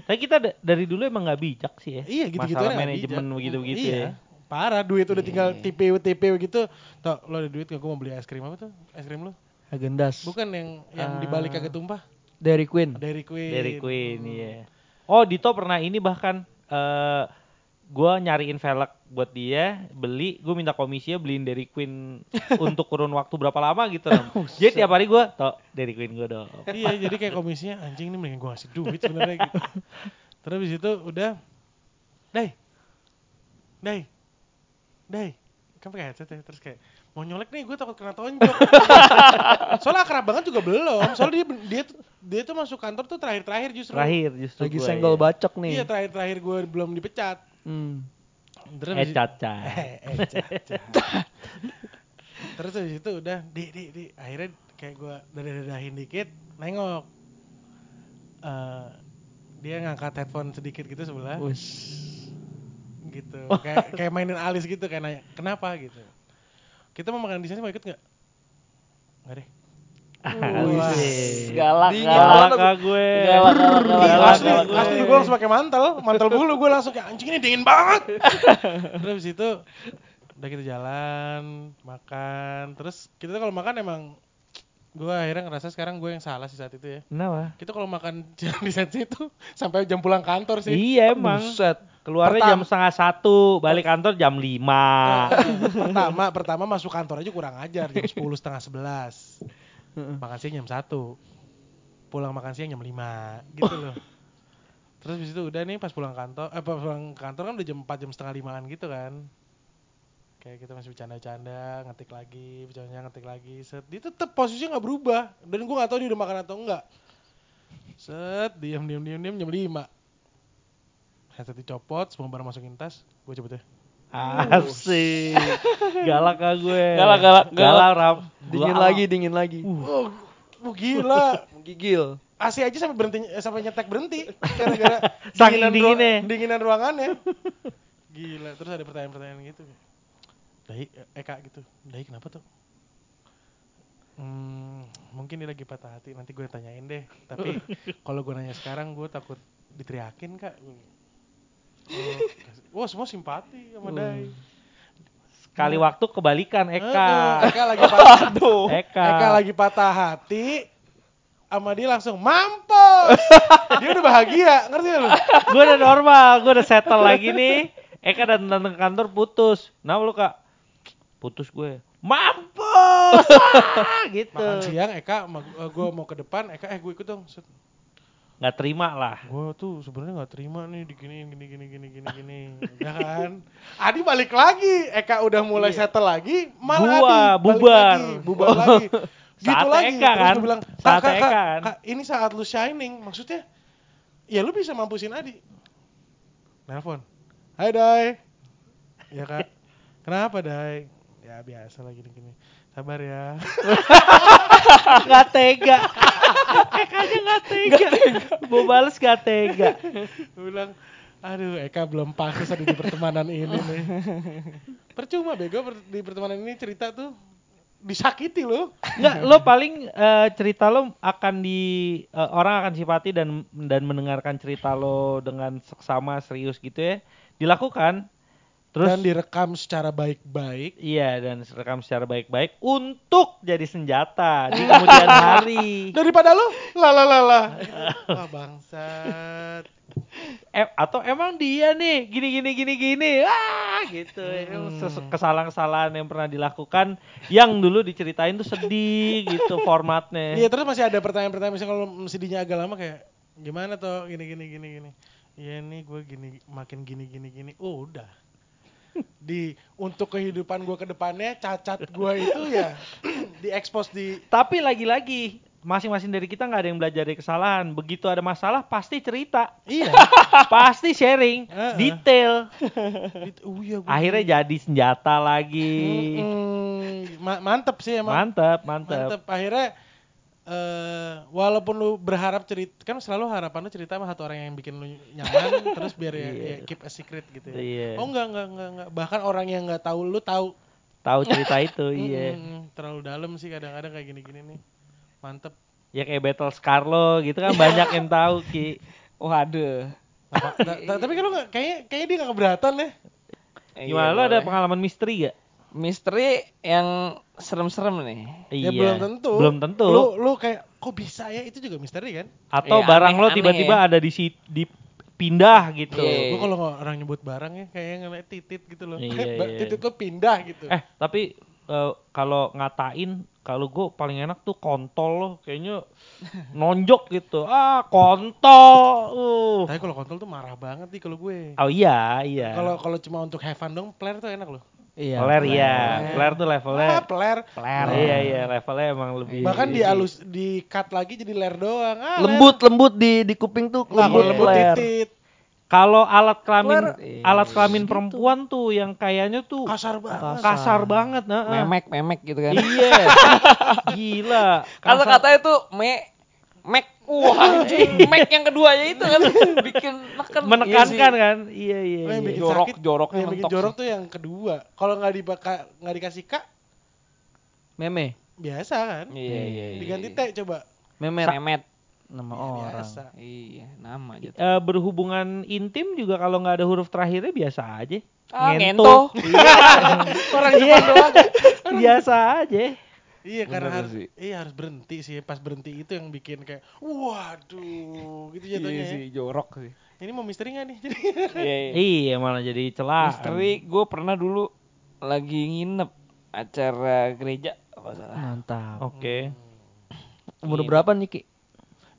Tapi kita da- dari dulu emang nggak bijak sih ya. Iya gitu-gitu aja Masalah nggak manajemen bijak. begitu-begitu iya. ya. Parah duit udah tinggal TPU TPU gitu. Tok, lo ada duit gak? Gue mau beli es krim apa tuh? Es krim lo? Agendas. Bukan yang yang Ah. dibalik kagak tumpah. Dairy Queen. Dairy Queen. Dairy Queen, iya. Oh, Dito pernah ini bahkan eh gue nyariin velg buat dia, beli, gue minta komisinya beliin Dairy Queen untuk kurun waktu berapa lama gitu. Ram. Jadi tiap hari gue, tok Dairy Queen gue dong. iya, jadi kayak komisinya anjing ini mendingan gue ngasih duit sebenarnya gitu. Terus habis itu udah Dai. Dai. Dai. Kan pakai headset ya, terus kayak mau nyolek nih gue takut kena tonjok. <laughs> soalnya akrab banget juga belum. Soalnya dia dia tuh- dia tuh masuk kantor tuh terakhir-terakhir justru. Terakhir justru Lagi gua, senggol ya. bacok Iya nih. terakhir-terakhir gue belum dipecat. Hmm. Terus Eh, abis- caca. Eh, eh, cat, cat. Terus habis itu udah di di di akhirnya kayak gue dadah-dadahin dikit, nengok. Eh, dia ngangkat headphone sedikit gitu sebelah Wus. gitu kayak kayak mainin alis gitu kayak nanya kenapa gitu kita mau makan di sini mau ikut nggak nggak deh Wah. Galak Galak galak. ah gue. Galak, galak, galak, galak, Iya, asli, <laughs> galak, galak. asli gue langsung pakai mantel, mantel bulu gue langsung kayak anjing ini dingin banget. terus abis itu udah kita jalan, makan, terus kita tuh kalau makan emang gue akhirnya ngerasa sekarang gue yang salah sih saat itu ya. Kenapa? Kita kalau makan <laughs> jam di sensi itu sampai jam pulang kantor sih. Iya emang. Keluarnya Pertam- jam setengah satu, balik kantor jam lima. pertama pertama masuk kantor aja kurang ajar jam sepuluh setengah sebelas makan siang jam satu pulang makan siang jam lima gitu loh terus habis itu udah nih pas pulang kantor eh pas pulang kantor kan udah jam empat jam setengah limaan gitu kan kayak kita masih bercanda-canda ngetik lagi bercanda ngetik lagi set dia tetep posisinya nggak berubah dan gua nggak tahu dia udah makan atau enggak set diam diam diam diam jam lima headset dicopot semua barang masukin tas gue cabut ya. deh Asik. Galak ah gue. Galak, galak, galak. Galak Ram. Dingin Galak. lagi, dingin lagi. Oh, oh gila. Menggigil. AC aja sampai berhenti eh, sampai nyetek <laughs> berhenti gara-gara Saking dinginan dinginnya. ru- dinginan ruangannya. <laughs> Gila, terus ada pertanyaan-pertanyaan gitu. Dahi, eh kak gitu. Dahi kenapa tuh? Hmm, mungkin dia lagi patah hati, nanti gue tanyain deh. <laughs> Tapi kalau gue nanya sekarang, gue takut diteriakin kak. Hmm. Oh, wah semua simpati sama Dai. Sekali Iya. waktu kebalikan Hmm. Eka. Eh, eh, Eka <laughs> lagi patah. Eka. Eka lagi patah hati sama dia langsung mampus. dia udah bahagia, ngerti nggak lu? Gue udah normal, gue udah settle lagi nih. Eka dan datang ke kantor putus. Nah lu kak, putus gue. Mampus! <laughs> Wah, gitu. Makan siang Eka, gue mau ke depan, Eka eh gue ikut dong. Nggak terima lah. Gue tuh sebenarnya nggak terima nih diginiin gini gini gini gini gini. <laughs> Udah kan? Adi balik lagi, Eka udah mulai settle lagi, malah Iya. Gua, Adi balik bubar. lagi, bubar <laughs> lagi. Gitu Saatnya lagi, Eka terus kan? gue bilang, kak, Saatnya kak, kak, Eka kan?" kak, ini saat lu shining, maksudnya ya lu bisa mampusin Adi. Nelfon, hai Dai. Ya <laughs> kak, kenapa Dai? Ya biasa lah gini-gini. Sabar ya. Gak tega. Ekanya gak tega. Mau bales gak tega. Gue bilang, aduh Eka belum pantas ada di pertemanan ini nih. Percuma bego per- di pertemanan ini cerita tuh disakiti loh. Enggak, lo paling eh, cerita lo akan di eh, orang akan sifati dan dan mendengarkan cerita lo dengan seksama serius gitu ya. Dilakukan terus Dan direkam secara baik-baik. iya dan rekam secara baik-baik untuk jadi senjata di kemudian hari. Daripada lo, la la la <laughs> la. Wah bangsat. Em- atau emang dia nih gini gini gini gini ah gitu Hmm. Emang ses- kesalahan-kesalahan yang pernah dilakukan yang dulu diceritain tuh sedih gitu <laughs> formatnya. Iya terus masih ada pertanyaan-pertanyaan misalnya kalau sedihnya agak lama kayak gimana toh gini gini gini gini. Iya nih gue gini makin gini gini gini. Oh <laughs> udah. Di untuk kehidupan gue kedepannya cacat gue itu ya <clears throat> diekspos di Tapi lagi-lagi masing-masing dari kita nggak ada yang belajar dari kesalahan. Begitu ada masalah pasti <laughs> cerita, <laughs> iya. pasti sharing, Heeh. detail. Gitu. Oh iya. gua- Akhirnya jadi senjata lagi. Mm-mm. Ma- mantep sih emang. Mantap, mantap. Hmm, Mantep. Akhirnya eh walaupun lu berharap cerita kan selalu harapan lu cerita sama satu orang yang bikin lu <laughs> nyaman terus biar ya, Iya. ya keep a secret gitu ya. Iya. Oh enggak enggak enggak enggak bahkan orang yang enggak tahu lu tahu. Tahu cerita <laughs> itu, iya. Mm-mm, terlalu dalam sih kadang-kadang kayak gini-gini nih. Mantep. Ya kayak Battle Scarlo gitu kan banyak yang tahu <laughs> Ki. Oh, Waduh. Apa- ta- ta- tapi kalau kayaknya kayaknya dia enggak keberatan ya. Eh, Gimana iya, lo ada pengalaman misteri gak? misteri yang serem-serem nih? Ya belum tentu. Iya. Belum tentu. Lu lu kayak kok bisa ya itu juga misteri kan? Atau Iya, barang lo aneh-aneh tiba-tiba ya. ada di si- dipindah gitu. Iya. Gue kalau nggak- orang nyebut barang ya kayaknya ngeliat titit gitu loh. <laughs> Iya, iya. titit lo pindah gitu. Eh, tapi eh, kalau ngatain kalau gue paling enak tuh kontol loh, kayaknya nonjok gitu. Ah, kontol. Uh. Tapi kalau kontol tuh marah banget nih kalau gue. Oh iya, iya. Kalau kalau cuma untuk have fun dong, player tuh enak loh. Iya. Peler ya, peler. peler tuh levelnya. Ah, player. Peler. Iya, iya, levelnya emang lebih. Bahkan di alus di cut lagi jadi layer doang. Ah, Lembut lembut di di kuping tuh. layer. Nah, kalau lembut Peler. titit Kalau alat kelamin, Peler. alat kelamin perempuan tuh yang kayaknya tuh Uh, kasar, gitu. kasar banget. banget, nah. Memek, memek gitu kan. <laughs> Iya. Gila. Kata Kasar- katanya itu me mek. Wah, mek yang keduanya itu <laughs> kan bikin neken. menekankan kan? Iya, iya. Yang iya. bikin Jorok, sakit, joroknya yang bikin mentok jorok tuh yang kedua. Kalau nggak dibaka nggak dikasih kak Meme. biasa kan? Iya, iya, iya. Diganti iya. T coba. Meme. Memet. Nama Ya, orang. Biasa. Iya, nama aja. Eh, berhubungan intim juga kalau nggak ada huruf terakhirnya biasa aja. Ah, Ngento. ngento. <laughs> Orang Jepang doang. <laughs> biasa aja. Iya Bener karena harus sih. iya harus berhenti sih. Pas berhenti itu yang bikin kayak waduh gitu Iya jatuhnya. sih, ya. jorok sih. Ini mau misteri nggak nih? Jadi <laughs> <laughs> Iya, iya. Iya malah jadi celah. Misteri gue pernah dulu lagi nginep acara gereja apa salah. Mantap. Oke. iya. Oh, Umur berapa nih Ki?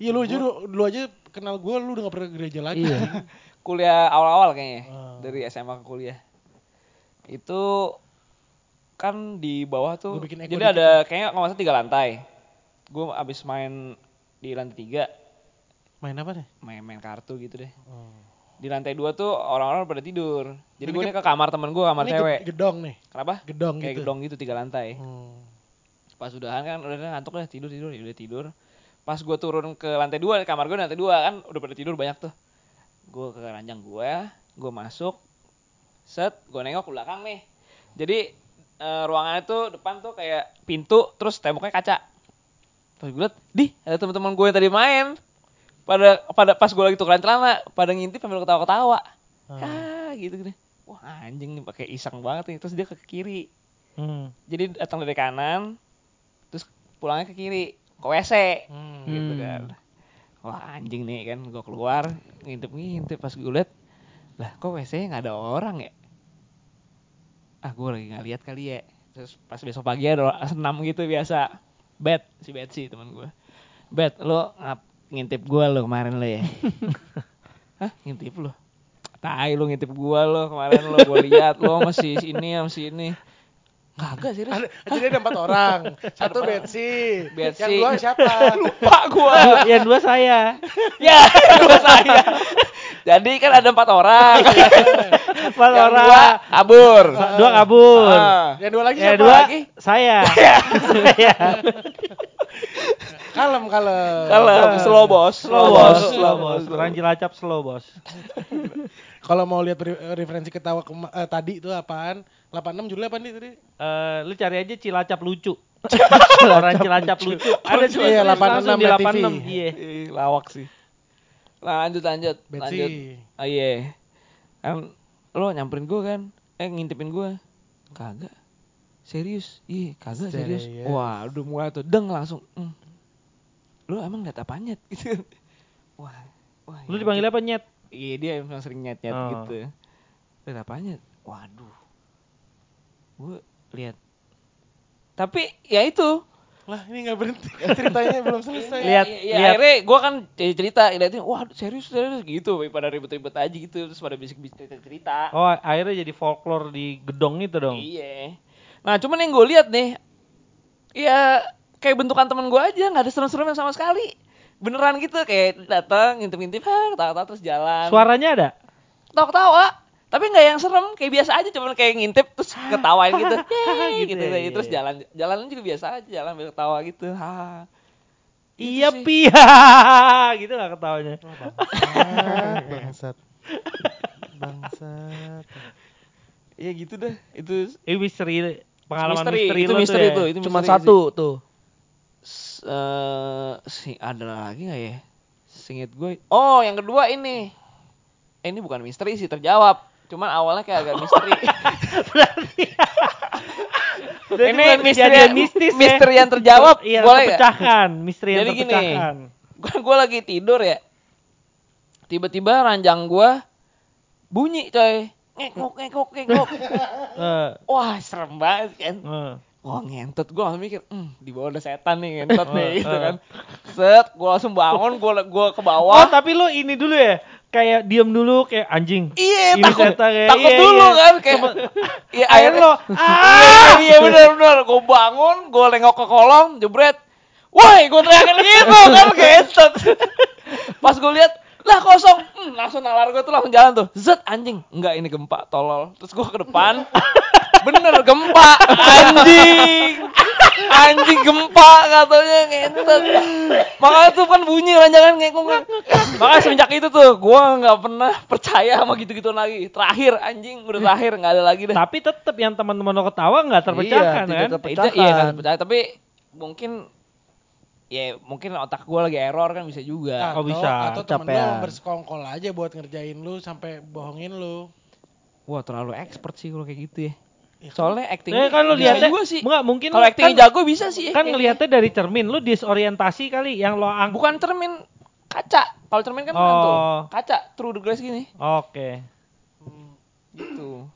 Iya lu aja lu, lu aja kenal gue lu udah gak pernah ke gereja lagi. Iya. anjing. Kuliah awal-awal kayaknya Ah. dari SMA ke kuliah. Itu kan di bawah tuh. Gua bikin echo Jadi dikit ada kayaknya kalau nggak salah tiga lantai. Gue abis main di lantai tiga Main apa deh? main-main kartu gitu deh. Oh. Di lantai dua tuh orang-orang pada tidur. Jadi Ini gue ke- ke kamar temen gue kamar Ini cewek. ged- gedong nih. Kenapa? Gedong Kayak gitu. gedong gitu tiga lantai. Hmm. pas udahan kan udah udah ngantuk lah tidur tidur ya udah tidur pas gue turun ke lantai dua kamar gue lantai dua kan udah pada tidur banyak tuh gue ke ranjang gue gue masuk set gue nengok ke belakang nih jadi eh, ruangannya tuh depan tuh kayak pintu terus temboknya kaca pas gue liat di ada teman-teman gue yang tadi main pada pada pas gue lagi tukeran celana pada ngintip sambil ketawa-ketawa ah gitu gitu wah anjing nih pakai iseng banget nih terus dia ke kiri Hmm. jadi datang dari kanan terus pulangnya ke kiri ke WC Hmm. gitu Hmm. kan wah anjing nih kan gue keluar ngintip ngintip pas gue liat lah kok WC nya nggak ada orang ya ah gue lagi nggak lihat kali ya terus pas besok pagi ada orang- <laughs> senam gitu biasa bet si Betsy teman gue bet lo ngap ngintip gue lo kemarin lo <laughs> ya hah ngintip lo tai lo ngintip gue lo kemarin lo gue lihat lo masih ini masih ini kagak sih Ada, jadi ada empat <laughs> orang. Satu Betsy. Betsy. Yang dua <laughs> siapa? lupa gue Oh, Yang dua saya. <laughs> ya dua saya jadi kan ada empat orang Empat yang orang. dua kabur Dua kabur. Ah. Yang dua lagi <laughs> Yang siapa? dua lagi? saya. Saya. Kalem kalem. Kalau slow bos, Slow bos, slow bos. slow. Orang Cilacap slow bos. Kalau mau lihat re- referensi ketawa kema- eh, tadi itu apaan? 86 judulnya apa nih tadi? Eh, lu cari aja Cilacap lucu. Orang Cilacap lucu. Oh, Ada Iya, tuh 86 langsung di net 86. TV. Iya. Ih, lawak sih. Lanjut lanjut, lanjut. Betsy. Oh iya. Kan lo nyamperin gue kan? Eh ngintipin gue. Kagak. Serius? Iya, kagak serius. Serius. Wah, udah mulai tuh deng langsung. Mm. Lo emang liat apanya? Gitu. <laughs> Wah. Wah. Lu ya dipanggil apa nyet? Iya dia emang sering nyet nyet Oh. gitu. Lihat apanya? Waduh. Gue lihat. Tapi ya itu. Lah ini nggak berhenti <laughs> ceritanya belum selesai. Lihat, Iya, iya, lihat. akhirnya gue kan cer- cerita liatin wah serius serius gitu pada ribet-ribet aja gitu terus pada bisik-bisik cerita-cerita. Oh, akhirnya jadi folklore di gedong itu dong. Iya. Nah cuman yang gue lihat nih, ya kayak bentukan teman gue aja nggak ada serem-seremnya sama sekali. Beneran gitu kayak datang ngintip-ngintip, "Hah," tawa-tawa terus jalan. Suaranya ada? tawa-tawa "Ah, tapi nggak yang serem kayak biasa aja cuman kayak ngintip <laughs> terus ketawain gitu "Yeay," gitu, Gitu ya, iya, terus iya. jalan jalan juga biasa aja jalan biar ketawa gitu ha Gitu Iya sih. pia, <laughs> gitu gak ketawanya. Bangsat, bangsat. Bangsat. ya gitu dah itu Ini Eh, misteri pengalaman misteri, itu lu tuh misteri ya. tuh, itu <laughs> Cuma misteri satu tuh. sih. S- eh, si ada lagi nggak ya singet gue oh yang kedua ini eh, ini bukan misteri sih terjawab cuman awalnya kayak agak <laughs> misteri Berarti ini bukan misteri kejadian mistis ya. misteri yang terjawab Iya, boleh nggak? terpecahkan, misteri yang Jadi gini. terpecahkan. gue gue lagi tidur ya tiba-tiba ranjang gua bunyi coy ngekok ngekok <laughs> ngekok Eh, wah serem banget kan eh. wah ngentut gue langsung mikir hmm di bawah ada setan nih ngentut <laughs> nih gitu Eh, eh. kan set gue langsung bangun gue gue ke Oh, bawah tapi lu ini dulu ya. Kayak diem dulu kayak anjing. iya ini takut setan ya, takut iya, dulu iya. kan <laughs> kayak iya Air akhirnya lo. <laughs> Ah. Iya, iya benar benar. Gue bangun, gue nengok ke kolong, jebret. Woi, gue teriakin gitu <laughs> kan gentet. Pas gue lihat, lah kosong. Hmm, langsung nalar gue tuh langsung jalan tuh. Zet anjing. Enggak ini gempa, tolol. Terus gue ke <laughs> depan. Bener gempa, anjing. Anjing gempa katanya ngentet. Makanya tuh kan bunyi ranjangan ngekong. kan. Makanya semenjak itu tuh gua nggak pernah percaya sama gitu-gitu lagi. Terakhir anjing udah terakhir nggak ada lagi deh. Tapi tetep yang teman-teman lo ketawa nggak terpecahkan tidak kan? terpe- Itu Pecahkan. iya nggak terpecah, tapi mungkin ya mungkin otak gua lagi error kan bisa juga. Atau, Oh, bisa. atau temen lu Capean. bersekongkol aja buat ngerjain lu sampai bohongin lu. Wah terlalu expert sih kalau kayak gitu ya. Ya kan? Soalnya acting Eh, kan lo bisa lihatnya, juga sih. enggak mungkin Kalau lo- acting kan, jago bisa sih. ya, kan kayak ngelihatnya dari cermin, lu disorientasi kali yang lo gitu. ang. bukan cermin kaca. Kalau cermin kan bukan tuh. Oh. Kaca through the glass gini. Oke. Gitu.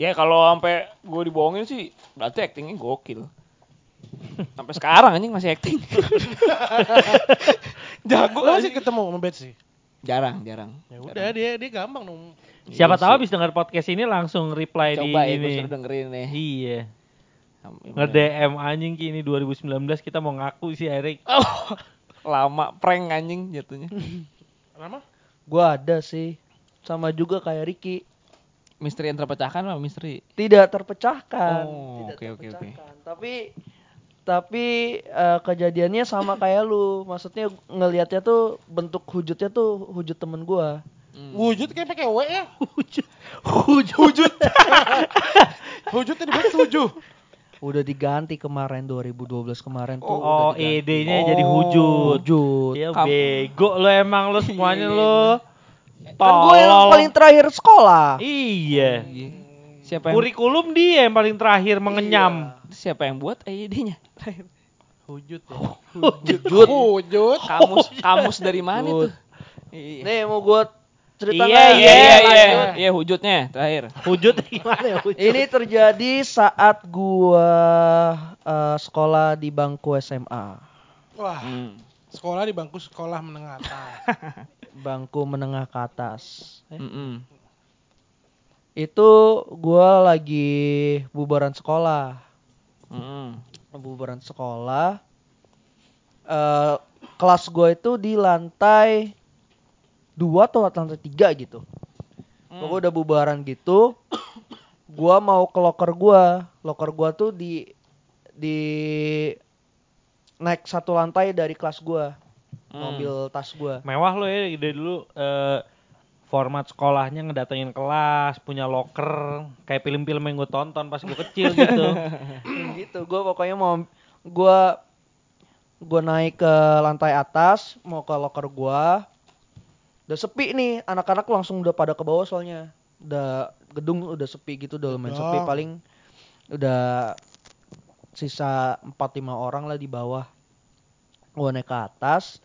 Ya kalau sampai gue dibohongin sih berarti actingnya gokil. Sampai sekarang anjing masih acting. <laughs> Jago Lu masih anjing. ketemu sama Betsy? Jarang, jarang. Ya udah dia dia gampang dong. Siapa Iya tahu sih. abis denger podcast ini langsung reply Coba di ya, gue ini. suruh dengerin nih. Iya. Nge-DM anjing Ki, ini 2019 kita mau ngaku sih Erik. Oh, lama prank anjing jatuhnya. Kenapa? Gua ada sih. Sama juga kayak Ricky. Misteri yang terpecahkan lah misteri. Tidak terpecahkan. Oh, Tidak oke, oke, oke. terpecahkan. Tapi tapi eh, kejadiannya <laughs> sama kayak lu. Maksudnya ngelihatnya tuh bentuk wujudnya tuh wujud temen gua. Wujud kayak pakai W ya. Wujud. Wujudnya dibuat tujuh. Udah diganti kemarin 2012 kemarin tuh. Oh, udah diganti. idenya jadi Oh. wujud. Wujud. Ya Kam- bego lo emang lo semuanya lo. Kan gue yang Tolol. paling terakhir sekolah. Iya. Iya. Siapa yang Kurikulum dia yang paling terakhir mengenyam. siapa yang buat Eh, ID-nya? Wujud ya. Wujud. Wujud. Wujud. Kamus kamus dari mana itu? Iya. Nih mau gue cerita Iya, nggak? Iya, iya, iya. lanjut. Iya, wujudnya terakhir. Wujud gimana ya wujud? Ini terjadi saat gua eh, sekolah di bangku SMA, Wah, Hmm. sekolah di bangku sekolah menengah atas. bangku menengah ke atas. Eh, Mm-mm. Itu gua lagi bubaran sekolah, Mm-mm. bubaran sekolah. Eh, kelas gua itu di lantai dua atau lantai tiga gitu. Pokoknya udah bubaran gitu. gua mau ke loker gua. Loker gua tuh di di naik satu lantai dari kelas gua Hmm. mobil tas gua <laughs> Mewah lo ya dari dulu eh, format sekolahnya ngedatengin kelas, punya locker, kayak film-film yang gue tonton pas gue <laughs> kecil gitu. <clears throat> gitu gua pokoknya mau gua gua naik ke lantai atas mau ke locker gua udah sepi nih anak-anak langsung udah pada ke bawah soalnya udah gedung udah sepi gitu udah lumayan sepi Dong. paling udah sisa 4 5 orang lah di bawah gua naik ke atas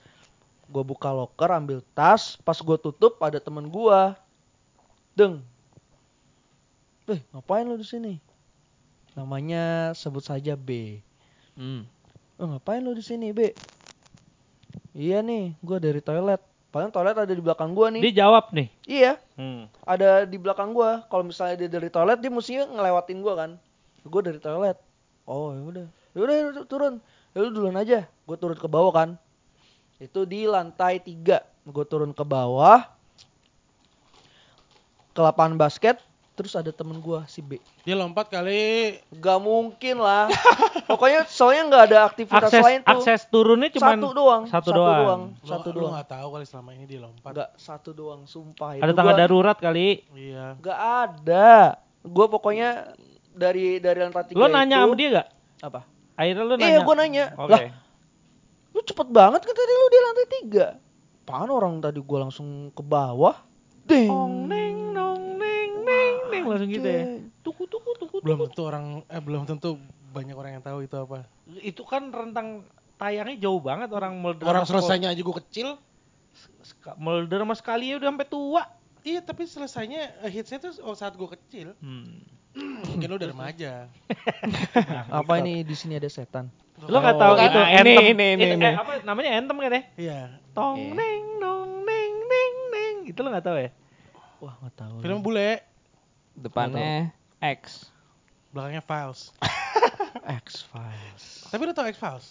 gua buka locker ambil tas pas gua tutup ada temen gua deng eh ngapain lu di sini namanya sebut saja B Hmm. oh, ngapain lu di sini B iya nih gua dari toilet paling toilet ada di belakang gua nih Dia jawab nih. iya Hmm. ada di belakang gua. Kalau misalnya dia dari toilet, dia mestinya ngelewatin gua kan. Gua dari toilet. Oh, ya udah. Ya udah ya udah, turun. Ya lu duluan aja. Gua turun ke bawah kan. Itu di lantai tiga Gua turun ke bawah. Ke lapangan basket, terus ada temen gua si B. Dia lompat kali Gak mungkin lah. <laughs> Pokoknya soalnya nggak ada aktivitas Akses lain tuh. akses turunnya cuman satu doang. satu doang. Satu lu, lu doang. gak tahu kali selama ini dia lompat. Enggak, satu doang, sumpah. ada Itu tangga gua- darurat kali. Iya. Gak ada. Gue pokoknya dari dari lantai tiga Lo nanya itu, sama dia gak? apa? Akhirnya lo nanya. Iya, gue nanya. Oke. Lah, lu cepet banget kan tadi lu di lantai tiga. Apaan orang tadi gue langsung ke bawah. Ding. Ong neng nong neng neng neng langsung gitu ya. Anjing. Tuku tuku tuku. Belum tentu orang eh belum tentu banyak orang yang tahu itu apa. Itu kan rentang tayangnya jauh banget orang melder. Orang sama sekol- selesainya aja gue kecil. seka- Melder mas sekali ya udah sampai tua. Iya, tapi selesainya eh, hitsnya tuh oh, saat gue kecil. Hmm. Mungkin lu udah remaja. Nah, Apa gitu. ini di sini ada setan? Lo gak Oh, tahu nah, itu ini, anthem. ini, ini, Itu, ini. eh, apa namanya anthem kan ya? Iya. Tong Iya. neng nong neng neng neng. Itu lo gak tahu ya? Wah, nggak tahu. Film bule, Depannya X. belakangnya <laughs> Files. X Files. Tapi lu tau X Files?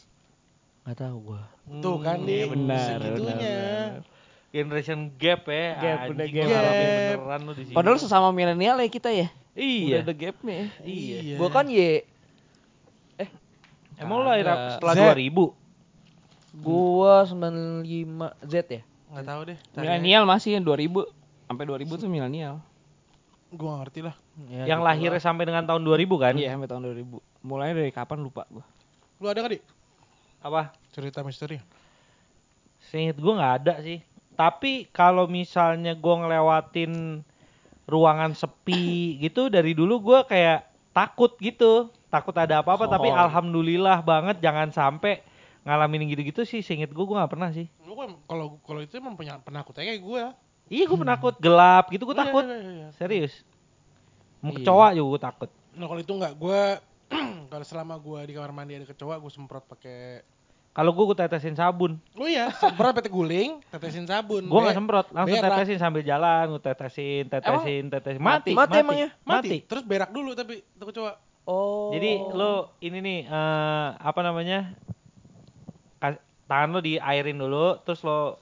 Nggak tahu gue. Tuh kan Hmm, nih, iya benar, segitunya. benar, Generation gap ya. Gap, Anjing, udah gua gap. ngalamin Gap. Beneran lo di sini. Padahal sesama milenial ya kita ya. Udah Iya. ada gapnya ya. Iya. Gue kan Y. Emang lo lahir Kagak. setelah Z. 2000? Gue 95 Z ya. Nggak tahu deh. ya. Milenial masih yang 2000 sampai 2000 tuh milenial. Gue gak ngerti lah. Ya, yang gitu lahirnya lah. sampai dengan tahun 2000 kan? Iya, sampai tahun 2000. Mulai dari kapan lupa gua. Lu ada kali Apa? cerita misteri? Seinget gue nggak ada sih. Tapi kalau misalnya gue ngelewatin ruangan sepi gitu dari dulu gue kayak takut gitu. Takut ada apa-apa tapi Oh. alhamdulillah banget jangan sampai ngalamin gitu-gitu sih. Seinget gue gue nggak pernah sih. Lu kan kalau kalau itu emang penya- penakutnya kayak gue. Iya gue penakut gelap gitu gue Hmm. Iya, takut. iya, iya, iya. Serius. Mau Iya. kecoa juga gue takut. Nah kalau itu nggak gue <clears throat> kalau selama gue di kamar mandi ada kecoa gue semprot pakai Kalau gue gue tetesin sabun. Oh iya, <laughs> semprot pakai guling, tetesin sabun. Gue nggak Be- semprot, langsung berak. tetesin sambil jalan, gue tetesin, tetesin, tetesin, mati, mati emang ya? Mati. mati. Terus berak dulu tapi tuh kecoa. Oh. Jadi lo ini nih eh, apa namanya? Kas- tangan lo diairin dulu, terus lo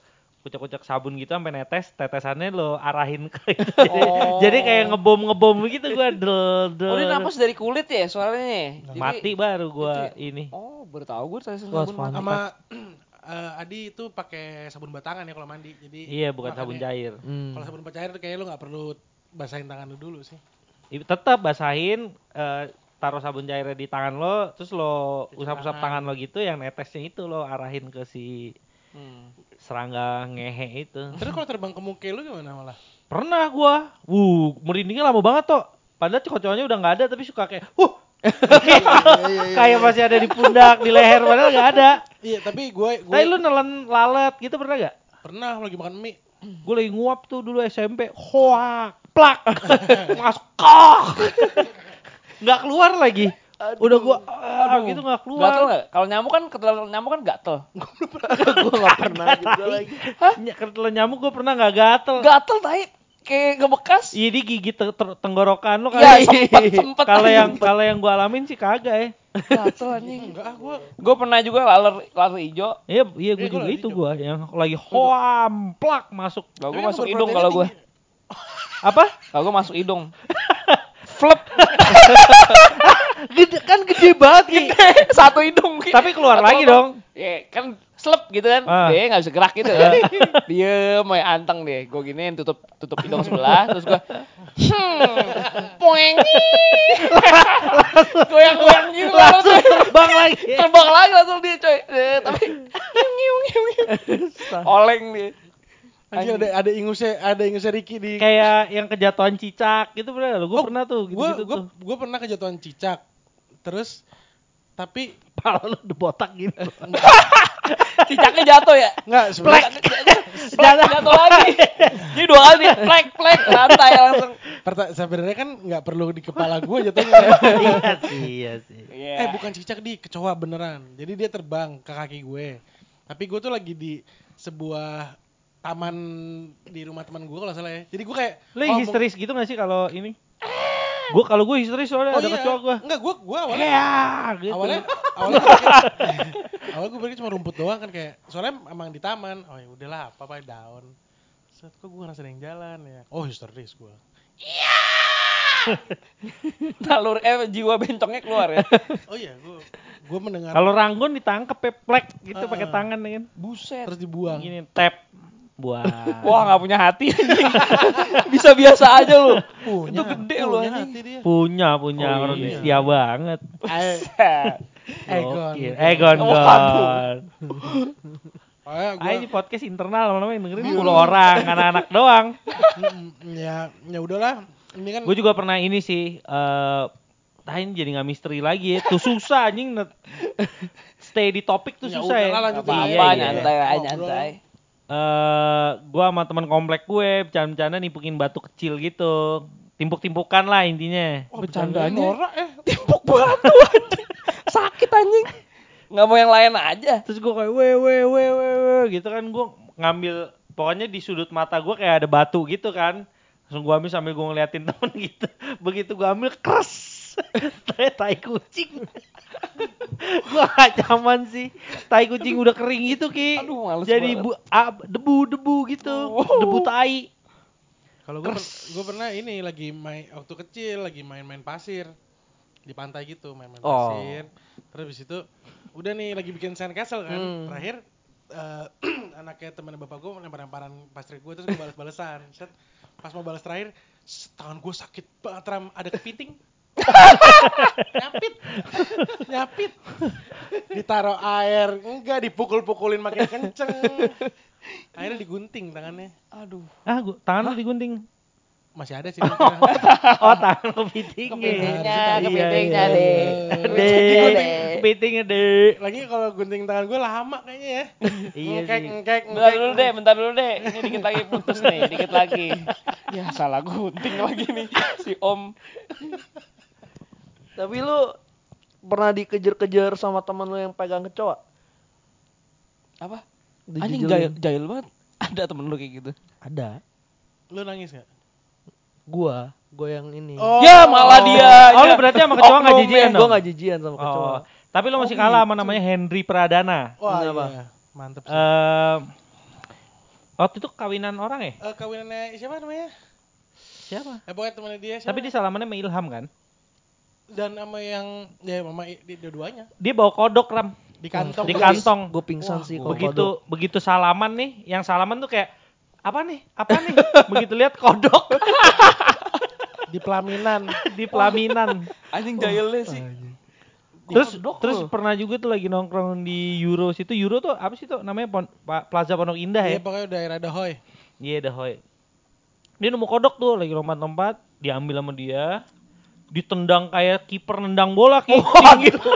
kucek-kucek sabun gitu sampai netes, tetesannya lo arahin ke <laughs> jadi, Oh. jadi kayak ngebom-ngebom gitu gua del del. Oh, dia napas dari kulit ya suaranya. Jadi- mati baru gua ini. Oh, baru tahu gue saya Wah, sabun fun. mati. Sama <clears throat> eh, Adi itu pakai sabun batangan ya kalau mandi. Jadi Iya, bukan makanya sabun cair. Hmm. Kalau sabun pencair tuh kayaknya lu nggak perlu basahin tangan lu dulu sih. I- Tetap basahin eh, taruh sabun cairnya di tangan lo, terus lo Cuci usap-usap tangan. tangan lo gitu yang netesnya itu lo arahin ke si serangga ngehe itu. Terus kalau terbang ke muka lu gimana malah? Pernah gua. Wuh, merindingnya lama banget toh. Padahal cocoknya udah nggak ada tapi suka kayak huh. Iya, kayak masih ada di pundak, di leher padahal nggak ada. Iya, tapi gue gue Tapi Eh, lu nelen lalat gitu pernah gak? pernah lagi makan mie. Gue lagi nguap tuh dulu SMP, hoak, <laughs> plak, masuk kok, nggak keluar lagi. Udah gua ah, gitu nggak keluar. Gatel nggak? Kalau nyamuk kan ketel nyamuk kan gatel. gue nggak pernah juga lagi. Ny- Ketelan nyamuk gue pernah nggak gatel. Gatel tai kayak ngebekas. Iya dia gigit ter- ter- tenggorokan lo Iya, kali. sempet, sempet. Kalau yang kalau yang gue alamin sih kagak ya. Gatel anjing. Enggak ah gue Gue pernah juga laler laler hijau. Iya, iya gue Iya, gua juga lagi itu juga. gue yang lagi hoamplak masuk Kalau gue Tapi masuk emang hidung proteinnya kalau gue. tinggi. apa? <laughs> Kalau gue masuk hidung. Flep. gede kan gede banget nih. <laughs> satu hidung Tapi Satu keluar lagi lubang. dong. ya kan selep gitu kan Ah. dia nggak bisa gerak gitu kan <laughs> diem aja anteng deh gue giniin tutup tutup hidung sebelah terus gue hmm poeng <laughs> goyang goyang gitu langsung Bang lagi. terbang lagi langsung dia coy Eh, tapi ngiung ngiung ngiung <laughs> oleng dia Anjir ada ada ingusnya ada ingusnya Ricky di Kayak yang kejatuhan cicak gitu pernah lo? Gue Oh, pernah tuh gue gue gitu-gitu gitu tuh. gue pernah kejatuhan cicak terus tapi Pala lu debotak gitu. cicaknya jatuh ya nggak sebenarnya plek jatuh lagi <laughs> jadi dua kali dia plek plek lantai langsung perta- sebenarnya kan nggak perlu di kepala gue <laughs> jatuhnya <laughs> iya sih, iya sih. Iya. eh bukan cicak di kecoa beneran jadi dia terbang ke kaki gue tapi gue tuh lagi di sebuah taman di rumah teman gue kalau nggak salah ya jadi gue kayak Lu oh, mung- histeris gitu gak sih kalau ini? Gue kalau gue histeris oh, soalnya ada iya. kecoa gue. Enggak, gue gue awalnya Iya, gitu. awalnya awalnya gue pikir, <laughs> awalnya gue pikir cuma rumput doang kan kayak soalnya emang di taman oh ya udahlah apa apa daun set kok gue ngerasa ada yang jalan ya oh histeris gue nalur eh jiwa bencongnya keluar <laughs> ya oh iya gue gue mendengar kalau ranggun ditangkep ya, plek gitu Ah. pakai tangan ya kan. buset terus dibuang Gini tap buang. Wah nggak punya hati anjing. <laughs> Bisa biasa aja lu. Punya, Itu gede lu punya anjing. hati dia punya punya Oh, orang iya. setia banget. Buset. Egon Gokil. Egon Waduh. Gon. Pokoknya Ah Oh, ini iya, gua- podcast internal lama-lama yang dengerin 10 orang, anak-anak doang. Mm, mm, ya ya udahlah ini kan Gue juga pernah ini sih eh tah ini jadi nggak misteri lagi ya. Tuh susah anjing net- stay di topik tuh Ya susah ya. udahlah, lanjut Apa Iya, apa iya, nyantai iya. aja Ngobrol. nyantai. Eh, gua sama teman komplek gue bercanda-bercanda nimpukin batu kecil gitu. Timpuk-timpukan lah intinya. Wah, bercandaannya. bercandaannya norak eh Timpuk batu anjing. Sakit anjing. Nggak mau yang lain aja. Terus gue kayak we we we we we gitu kan gue ngambil pokoknya di sudut mata gue kayak ada batu gitu kan. Langsung gue ambil sambil gue ngeliatin <laughs> temen gitu. Begitu gue ambil keras. <laughs> tai, tai kucing. <laughs> gue gak nyaman sih. Tai kucing udah kering gitu Ki. Aduh, males Jadi banget. Oh. bu- ab- debu-debu gitu. Debu tai. Kalau gue gue pernah ini lagi main waktu kecil lagi main-main pasir di pantai gitu main-main Oh. pasir. Terus habis itu udah nih lagi bikin sandcastle kan. Hmm. Terakhir eh, <clears throat> anaknya teman bapak gue lempar-lemparan pasir gue terus gue balas-balesan. Set, pas mau balas terakhir, set, tangan gue sakit banget ram ada kepiting. <laughs> nyapit, nyapit, ditaruh air, enggak dipukul-pukulin makin kenceng, akhirnya digunting tangannya, Aduh. Ah, gua, tangan lu digunting. masih <laughs> ada sih. mungkin. Oh, tangan lu pitingnya. Kepitingnya, Kepitingnya, kepitingnya iya, deh. Dek, Dek. pitingnya dek. lagi kalau gunting tangan gue lama kayaknya ya. Iya ngekek, sih. ngekek, Bentar ngekek. dulu deh, bentar dulu deh. Ini dikit lagi putus nih, dikit lagi. Ya salah gunting lagi nih si Om. Tapi lu pernah dikejar-kejar sama temen lu yang pegang kecoa? Apa? Anjing Dijejelin. jahil, jahil banget. Ada temen lu kayak gitu. Ada. Lu nangis Oh. gak? Gua, gua yang Iya. ini. Ya malah dia. Oh, ya. lu berarti sama kecoa Oknum nggak ya. jijian Gua dong? nggak jijian sama kecoa. Oh, tapi lo masih kalah sama namanya Henry Pradana. Wah, Kenapa? iya. Mantep sih. Eh Eh, waktu itu kawinan orang ya? Eh, kawinannya siapa namanya? Siapa? Eh pokoknya temannya dia siapa? Tapi dia salamannya sama Ilham kan? Dan sama yang, ya mama i- di dua-duanya. Dia bawa kodok ram. Di kantong. Oh, Di Gua kantong. gitu. Gua pingsan sih kalau begitu kodok. begitu salaman nih, yang salaman tuh kayak apa nih? Apa nih? begitu lihat kodok bis- Di pelaminan. di pelaminan. Anjing jahilnya sih. Terus Kodok terus lu. pernah juga tuh lagi nongkrong di Euro situ. Euro tuh apa sih tuh namanya? Pon- Pa- Plaza Pondok Indah Iya ya? pokoknya daerah Dahoy. Iya dah hoi. Dia nemu kodok tuh lagi lompat-lompat, diambil sama dia, ditendang kayak kiper nendang bola kayak <laughs> gitu.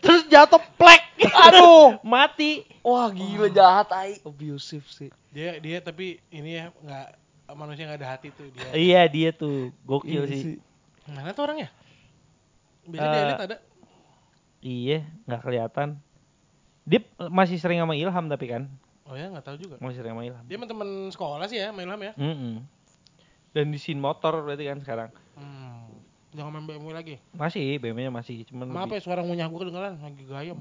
Terus jatuh plek. <laughs> Aduh, mati. Wah gila jahat ai. Abusive sih. Dia dia tapi ini ya nggak manusia nggak ada hati tuh dia. Iya, dia tuh gokil Ini Iya sih. sih. Mana tuh orangnya? Biasanya di Eh, elit ada. Iya, nggak kelihatan. Dia masih sering sama Ilham tapi kan, Oh ya nggak tahu juga. masih sering sama Ilham. Dia sama temen sekolah sih ya, main Ilham ya. Mm-mm. Dan di scene motor berarti kan sekarang. Hmm. Jangan main BMW lagi. Masih, BMW-nya masih, cuman Maaf Kan lebih- ya suara ngunyah gue kedengeran lagi gayem.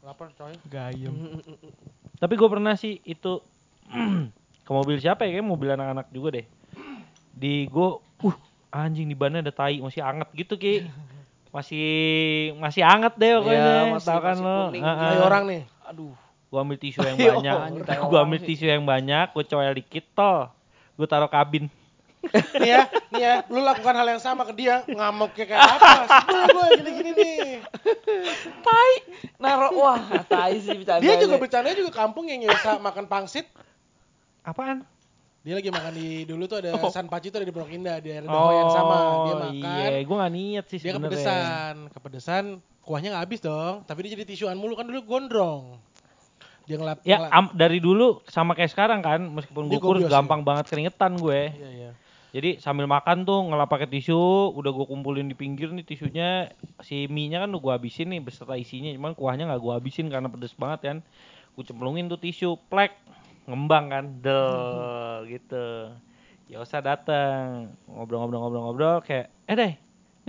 Lapar coy. Gayem. Tapi gue pernah sih itu <clears throat> ke mobil siapa ya? Kayaknya mobil anak-anak juga deh. Di gue, uh anjing di bannya ada tai masih anget gitu ki. masih masih anget deh Iya, pokoknya masih- tau kan masih lo kuning. Heeh. Tai orang <laughs> nih. Aduh. gua ambil tisu yang Ayo, banyak orang. anjing. gua ambil Orang sih. tisu yang banyak gua coel dikit toh gua taruh kabin Nih ya, nih ya, lu lakukan hal yang sama ke dia, ngamuknya kayak apa? Sebel gue gini-gini nih. Tai. Naro wah, tai sih bercanda. Dia juga bercanda juga kampung yang biasa makan pangsit. apaan Dia lagi makan di dulu tuh ada Oh. San Paci tuh ada di Pondok Indah, di daerah Daho yang sama. Dia makan, iya gua gak niat sih dia sebenarnya. kepedesan. Kepedesan, kuahnya nggak habis dong, tapi dia jadi tisuan mulu kan dulu gondrong. Dia ngelap, ya ngelap- am- dari dulu sama kayak sekarang kan meskipun Dia gua kurus gobios, gampang banget keringetan gue Iya, iya. Jadi sambil makan tuh ngelap pakai tisu, udah gue kumpulin di pinggir nih tisunya, si mie-nya kan udah gue habisin nih beserta isinya, cuman kuahnya nggak gue habisin karena pedes banget kan. Gue cemplungin tuh tisu, plek, ngembang kan, del gitu. Ya usah datang, ngobrol-ngobrol-ngobrol-ngobrol kayak, eh deh,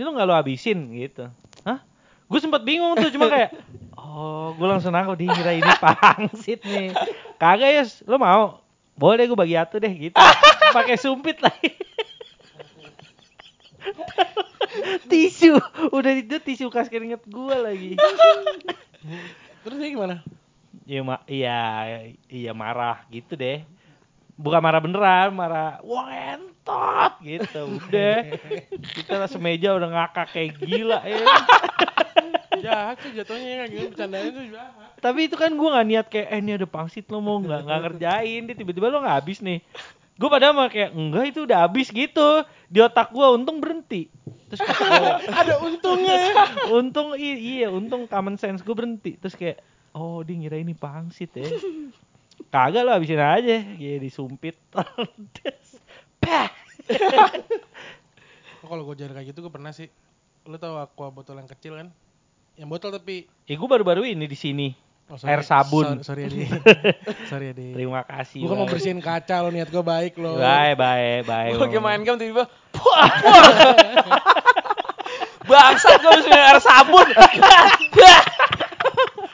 ini lo nggak lo habisin gitu. Hah? Gue sempet bingung tuh cuma kayak, oh gue langsung nangkep dikira ini pangsit nih. Kagak ya, lo mau? Boleh gue bagi satu deh gitu. Pakai sumpit lagi. tisu udah itu tisu kas keringet gua lagi Terus dia gimana? iya ma iya iya marah gitu deh bukan marah beneran marah wah entot gitu udah kita semeja udah ngakak kayak gila ya Jahat sih jatuhnya kayak gitu, bercandanya tuh jahat. tapi itu kan gua nggak niat kayak eh ini ada pangsit lo mau nggak nggak ngerjain dia tiba-tiba lo nggak habis nih gua padahal mah kayak enggak itu udah habis gitu di otak gua untung berhenti terus kata gua, Ada untungnya ya. <laughs> untung i- iya untung common sense gue berhenti terus kayak oh dia ngira ini pangsit ya kagak lo habisin aja ya disumpit <laughs> Pah! Oh, kalau gue jarang kayak gitu gue pernah sih. Lu tahu aqua botol yang kecil kan? Yang botol tapi ya gue baru-baru ini di sini Oh, Air sabun. Sorry, sorry <laughs> Adi. sorry Adi. terima kasih Gue kan mau Bay. bersihin kaca lo niat gue baik lo. bye bye bye Gue lagi main game tiba-tiba puah, <laughs> puah. Bangsat gue harus minum air sabun.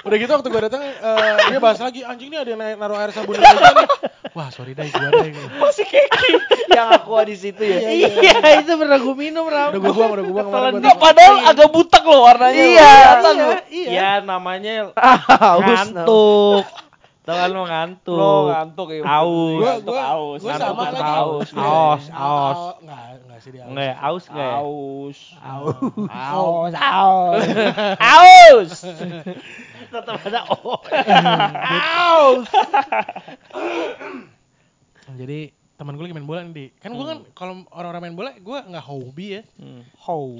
Udah gitu waktu gue datang eh, dia bahas lagi anjing nih ada yang naik- naruh air sabun di meja nih. Wah sorry dai gue dai. Masih keki. yang aku di situ ya. iya itu pernah gue minum ram Udah gue buang udah gue buang kemarin iya. Nah, gue. padahal agak butek loh warnanya. Kelihatan loh. iya namanya Haus tau. ngantuk tau kan lo ngantuk Lo ngantuk ya. Aus. Nah, Gue Ngantuk gue aus. gue ngantuk sama tetep lagi. Aus. Iya. Aus, aus. Nggak nggak sih dia. aus. nggak ya? aus nggak ya? Aus. aus Aus. aus tetap ada aus aus Jadi teman gue lagi main bola nih Di. Kan gue kan Hmm. kalau orang-orang main bola gue nggak hobi ya.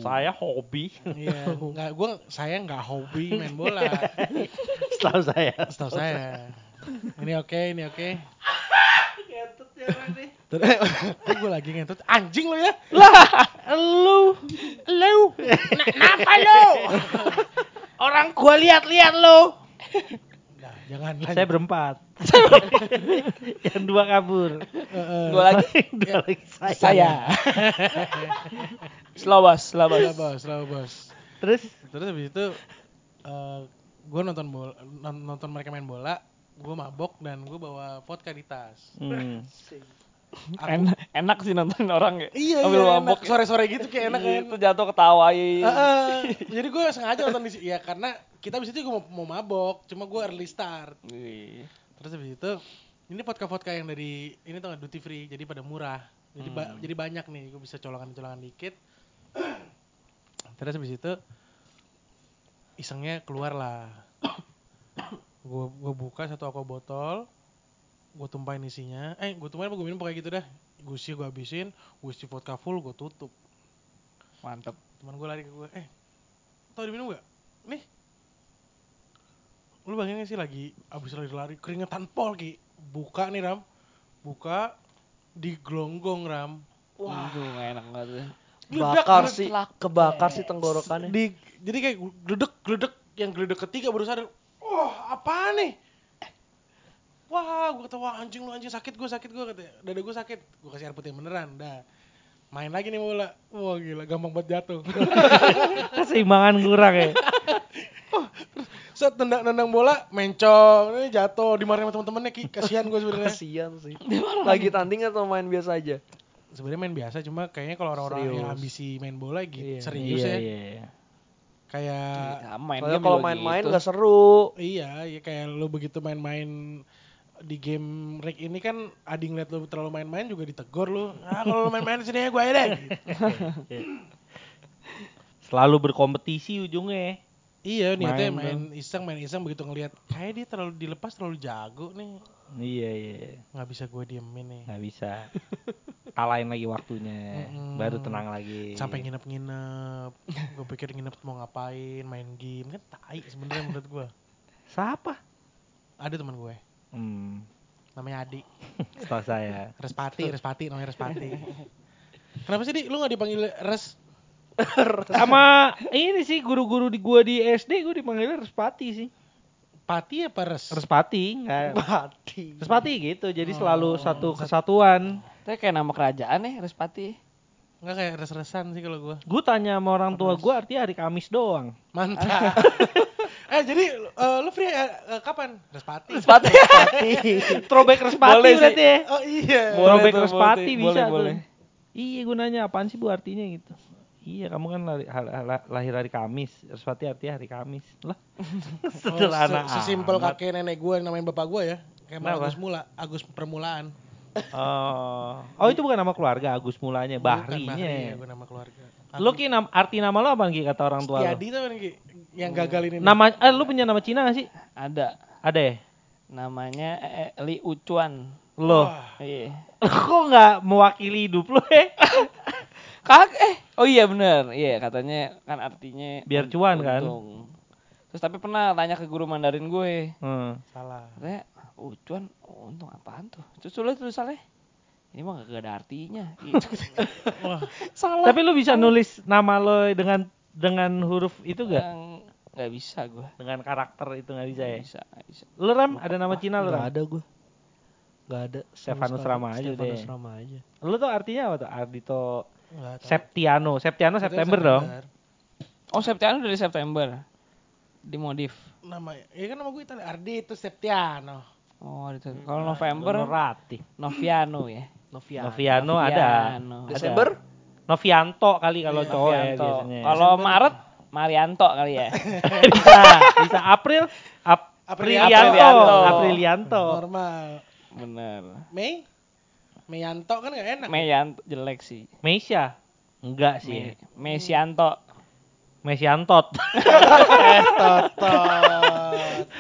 Saya hobi. Iya. Nggak gue saya nggak hobi main <laughs> bola. Setahu saya. Setahu saya. Ini oke, ini oke. Terus <laughs> gue lagi ngentut anjing lo ya. Lu Lu. Kenapa lu? orang gua lihat-lihat lu. Nah, jangan lagi. Saya berempat. <laughs> Yang dua kabur. Heeh. Gue lagi Yang dua lagi saya. saya. Selawas, Iya, Slow selawas. bos, slow bos. Terus Terus habis itu eh gue nonton bola, non- nonton mereka main bola, gue mabok dan gue bawa vodka di tas. hmm. Aku- Enak, enak sih nonton orang ya. Iya, Ambil iya, mabok. enak. Sore-sore gitu kayak enak kan. ya, Itu jatuh ketawain. Ah, Heeh. jadi gue sengaja nonton di si- ya karena kita habis itu gue mau, mau mabok, cuma gue early start. Wih. Terus habis itu ini vodka-vodka yang dari ini tuh duty free, jadi pada murah. Jadi ba- jadi banyak nih, gue bisa colongan-colongan dikit. Terus habis itu isengnya keluar lah. gue buka satu aqua botol, gue tumpahin isinya. Eh, gue tumpahin apa gue minum pokoknya gitu dah. Gue isi, gue habisin, gue isi vodka full, gue tutup. Mantap. Teman gue lari ke gue, eh, tau diminum gak? Nih. Lu bayangin gak sih lagi abis lari-lari keringetan pol Ki. Buka nih Ram. Buka di gelonggong Ram. Wah, itu nggak enak banget. ya. Geledak, Bakar geledak. sih, kebakar sih tenggorokannya. Di, jadi kayak gledek gledek yang gledek ketiga baru sadar. Wah, apa nih? Wah, gue kata wah anjing lu anjing sakit gue sakit gue kata dada gue sakit. Gue kasih air putih yang beneran. Dah. Main lagi nih bola. Wah gila gampang banget jatuh. <laughs> keseimbangan kurang ya. Set nendang-nendang bola, mencong, ini jatuh, dimarahin sama temen-temennya, Ki. Kasihan gue <laughs> sebenarnya. Kasian sih. Lagi tanding atau main biasa aja? Sebenarnya main biasa, cuma kayaknya kalau orang-orang yang Serius. ambisi main bola gitu, Iya. serius ya. iya. kayak Ya, main Soalnya game kalau juga main-main gitu. nggak seru. iya ya kayak lu begitu main-main di game rig ini kan adi ngeliat lu terlalu main-main juga ditegur lu ah kalau lu main-main di sini ya gue aja <laughs> deh gitu. Iya. Selalu berkompetisi ujungnya. ya? iya niatnya Main main iseng main iseng begitu ngeliat kayak dia terlalu dilepas terlalu jago nih Iya iya. nggak bisa gue diemin nih Nggak bisa. Alain lagi waktunya. Mm-mm. Baru tenang lagi. sampai <laughs> nginep-nginep gue pikir nginep mau ngapain main game kan tai sebenarnya menurut gue Siapa? ada teman gue Hmm. namanya Adi Setahu saya. Respati Respati namanya <laughs> Respati kenapa sih di lu nggak dipanggil Res Sama ini sih guru-guru di gua di SD gua dipanggilnya Respati sih. Pati apa Res Respati, enggak. Mati. Respati gitu. Jadi Oh. selalu satu kesatuan. Itu kayak nama kerajaan nih Respati. nggak kayak res-resan sih kalau gue Gue tanya sama orang tua gue artinya hari Kamis doang. <laughs> mantap eh jadi eh, lu free eh, eh, kapan Respati Respati. Throwback Respati Boleh sih. berarti ya. oh iya <laughs> Boleh Throwback tuh, Respati boleh, bisa boleh, tuh. boleh. Iya gue nanya apaan sih bu artinya gitu. Iya kamu kan lari- hal- hal- lahir hari Kamis. Respati artinya hari Kamis. Lah Oh, sederhana se- sesimpel amat. kakek nenek gue yang namain bapak gue ya kayak Mang Kenapa? Agus Mula Agus permulaan Oh. oh itu bukan nama keluarga Agus mulanya. Bukan iya, Bahrinya. gue nama keluarga Lu ki nam- arti nama lo apa ki kata orang tua lo? Setiadi tuh kan Ki, yang Iya. gagal ini nih. Nama eh lu punya nama Cina gak sih? <laughs> Ada Ada ya? namanya eh, eh, Li Ucuan. Lo. Wah. Iya. <laughs> Kok nggak mewakili hidup lo ya? Kak eh oh iya bener iya katanya kan artinya Biar un- cuan, kan? untung. Terus tapi pernah tanya ke guru Mandarin gue. Hmm. Salah. Katanya Ucuan oh, untung apaan tuh? Terus lu liat tulisannya ini mah gak ada artinya. Gitu. Wah, Salah. Tapi lu bisa nulis nama lo dengan dengan huruf itu gak? Yang- nggak bisa gue. Dengan karakter itu nggak bisa ya? Bisa, nggak bisa. Lu Ram ada nama Cina lu Gak Ram? ada gue. Gak ada. Stefanus Rama aja Stefanus deh. Rama aja. Lu tuh artinya apa tuh? Ardito enggak tahu. Septiano. Septiano Katanya September dong. Oh Septiano dari September. Dimodif. Nama, ya kan nama gue Itali Ardi itu Septiano. Oh, itu. Kalau Hmm, November Honorati. Noviano ya. Noviano. Noviano Oh, ada. Noviano. Ada. Desember? Novianto kali kalau Novianto. cowok ya biasanya. Kalau Maret Marianto kali <laughs> ya. bisa, bisa April Ap- Aprilianto. Aprilianto. Aprilianto. Aprilianto. Normal. Bener. Mei? Meyanto kan gak enak. Meyanto jelek sih. Meisha. Enggak Me sih. Mesianto. Mesiantot. <laughs> Meyantot.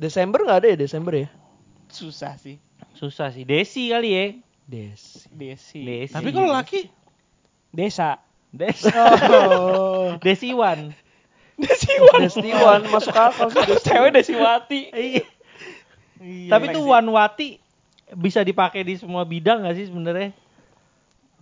Desember gak ada ya Desember ya? Susah sih. Susah sih. Desi kali ya. Des. Desi. Desi. Tapi kalau <laughs> laki? Desa. Desi. <laughs> Oh. Desiwan. Desiwan. Destiwan masuk akal sih. Cewek Desiwati. Iya. Tapi tuh Lexi. Wanwati bisa dipakai di semua bidang gak sih sebenarnya?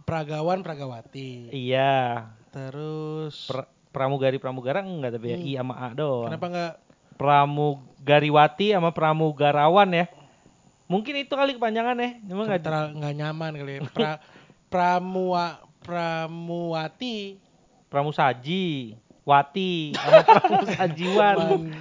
Pragawan, Pragawati. Iya. Terus Pra- pramugari pramugara enggak tapi ya Hmm. I sama A doang. kenapa nggak Pramugariwati sama pramugarawan ya. Mungkin itu kali kepanjangan ya. Cuma enggak nggak nggak nyaman kali ya. Pra, <laughs> Pramua Pramuwati. pramusaji, wati sama <laughs> pramusajiwan. Man-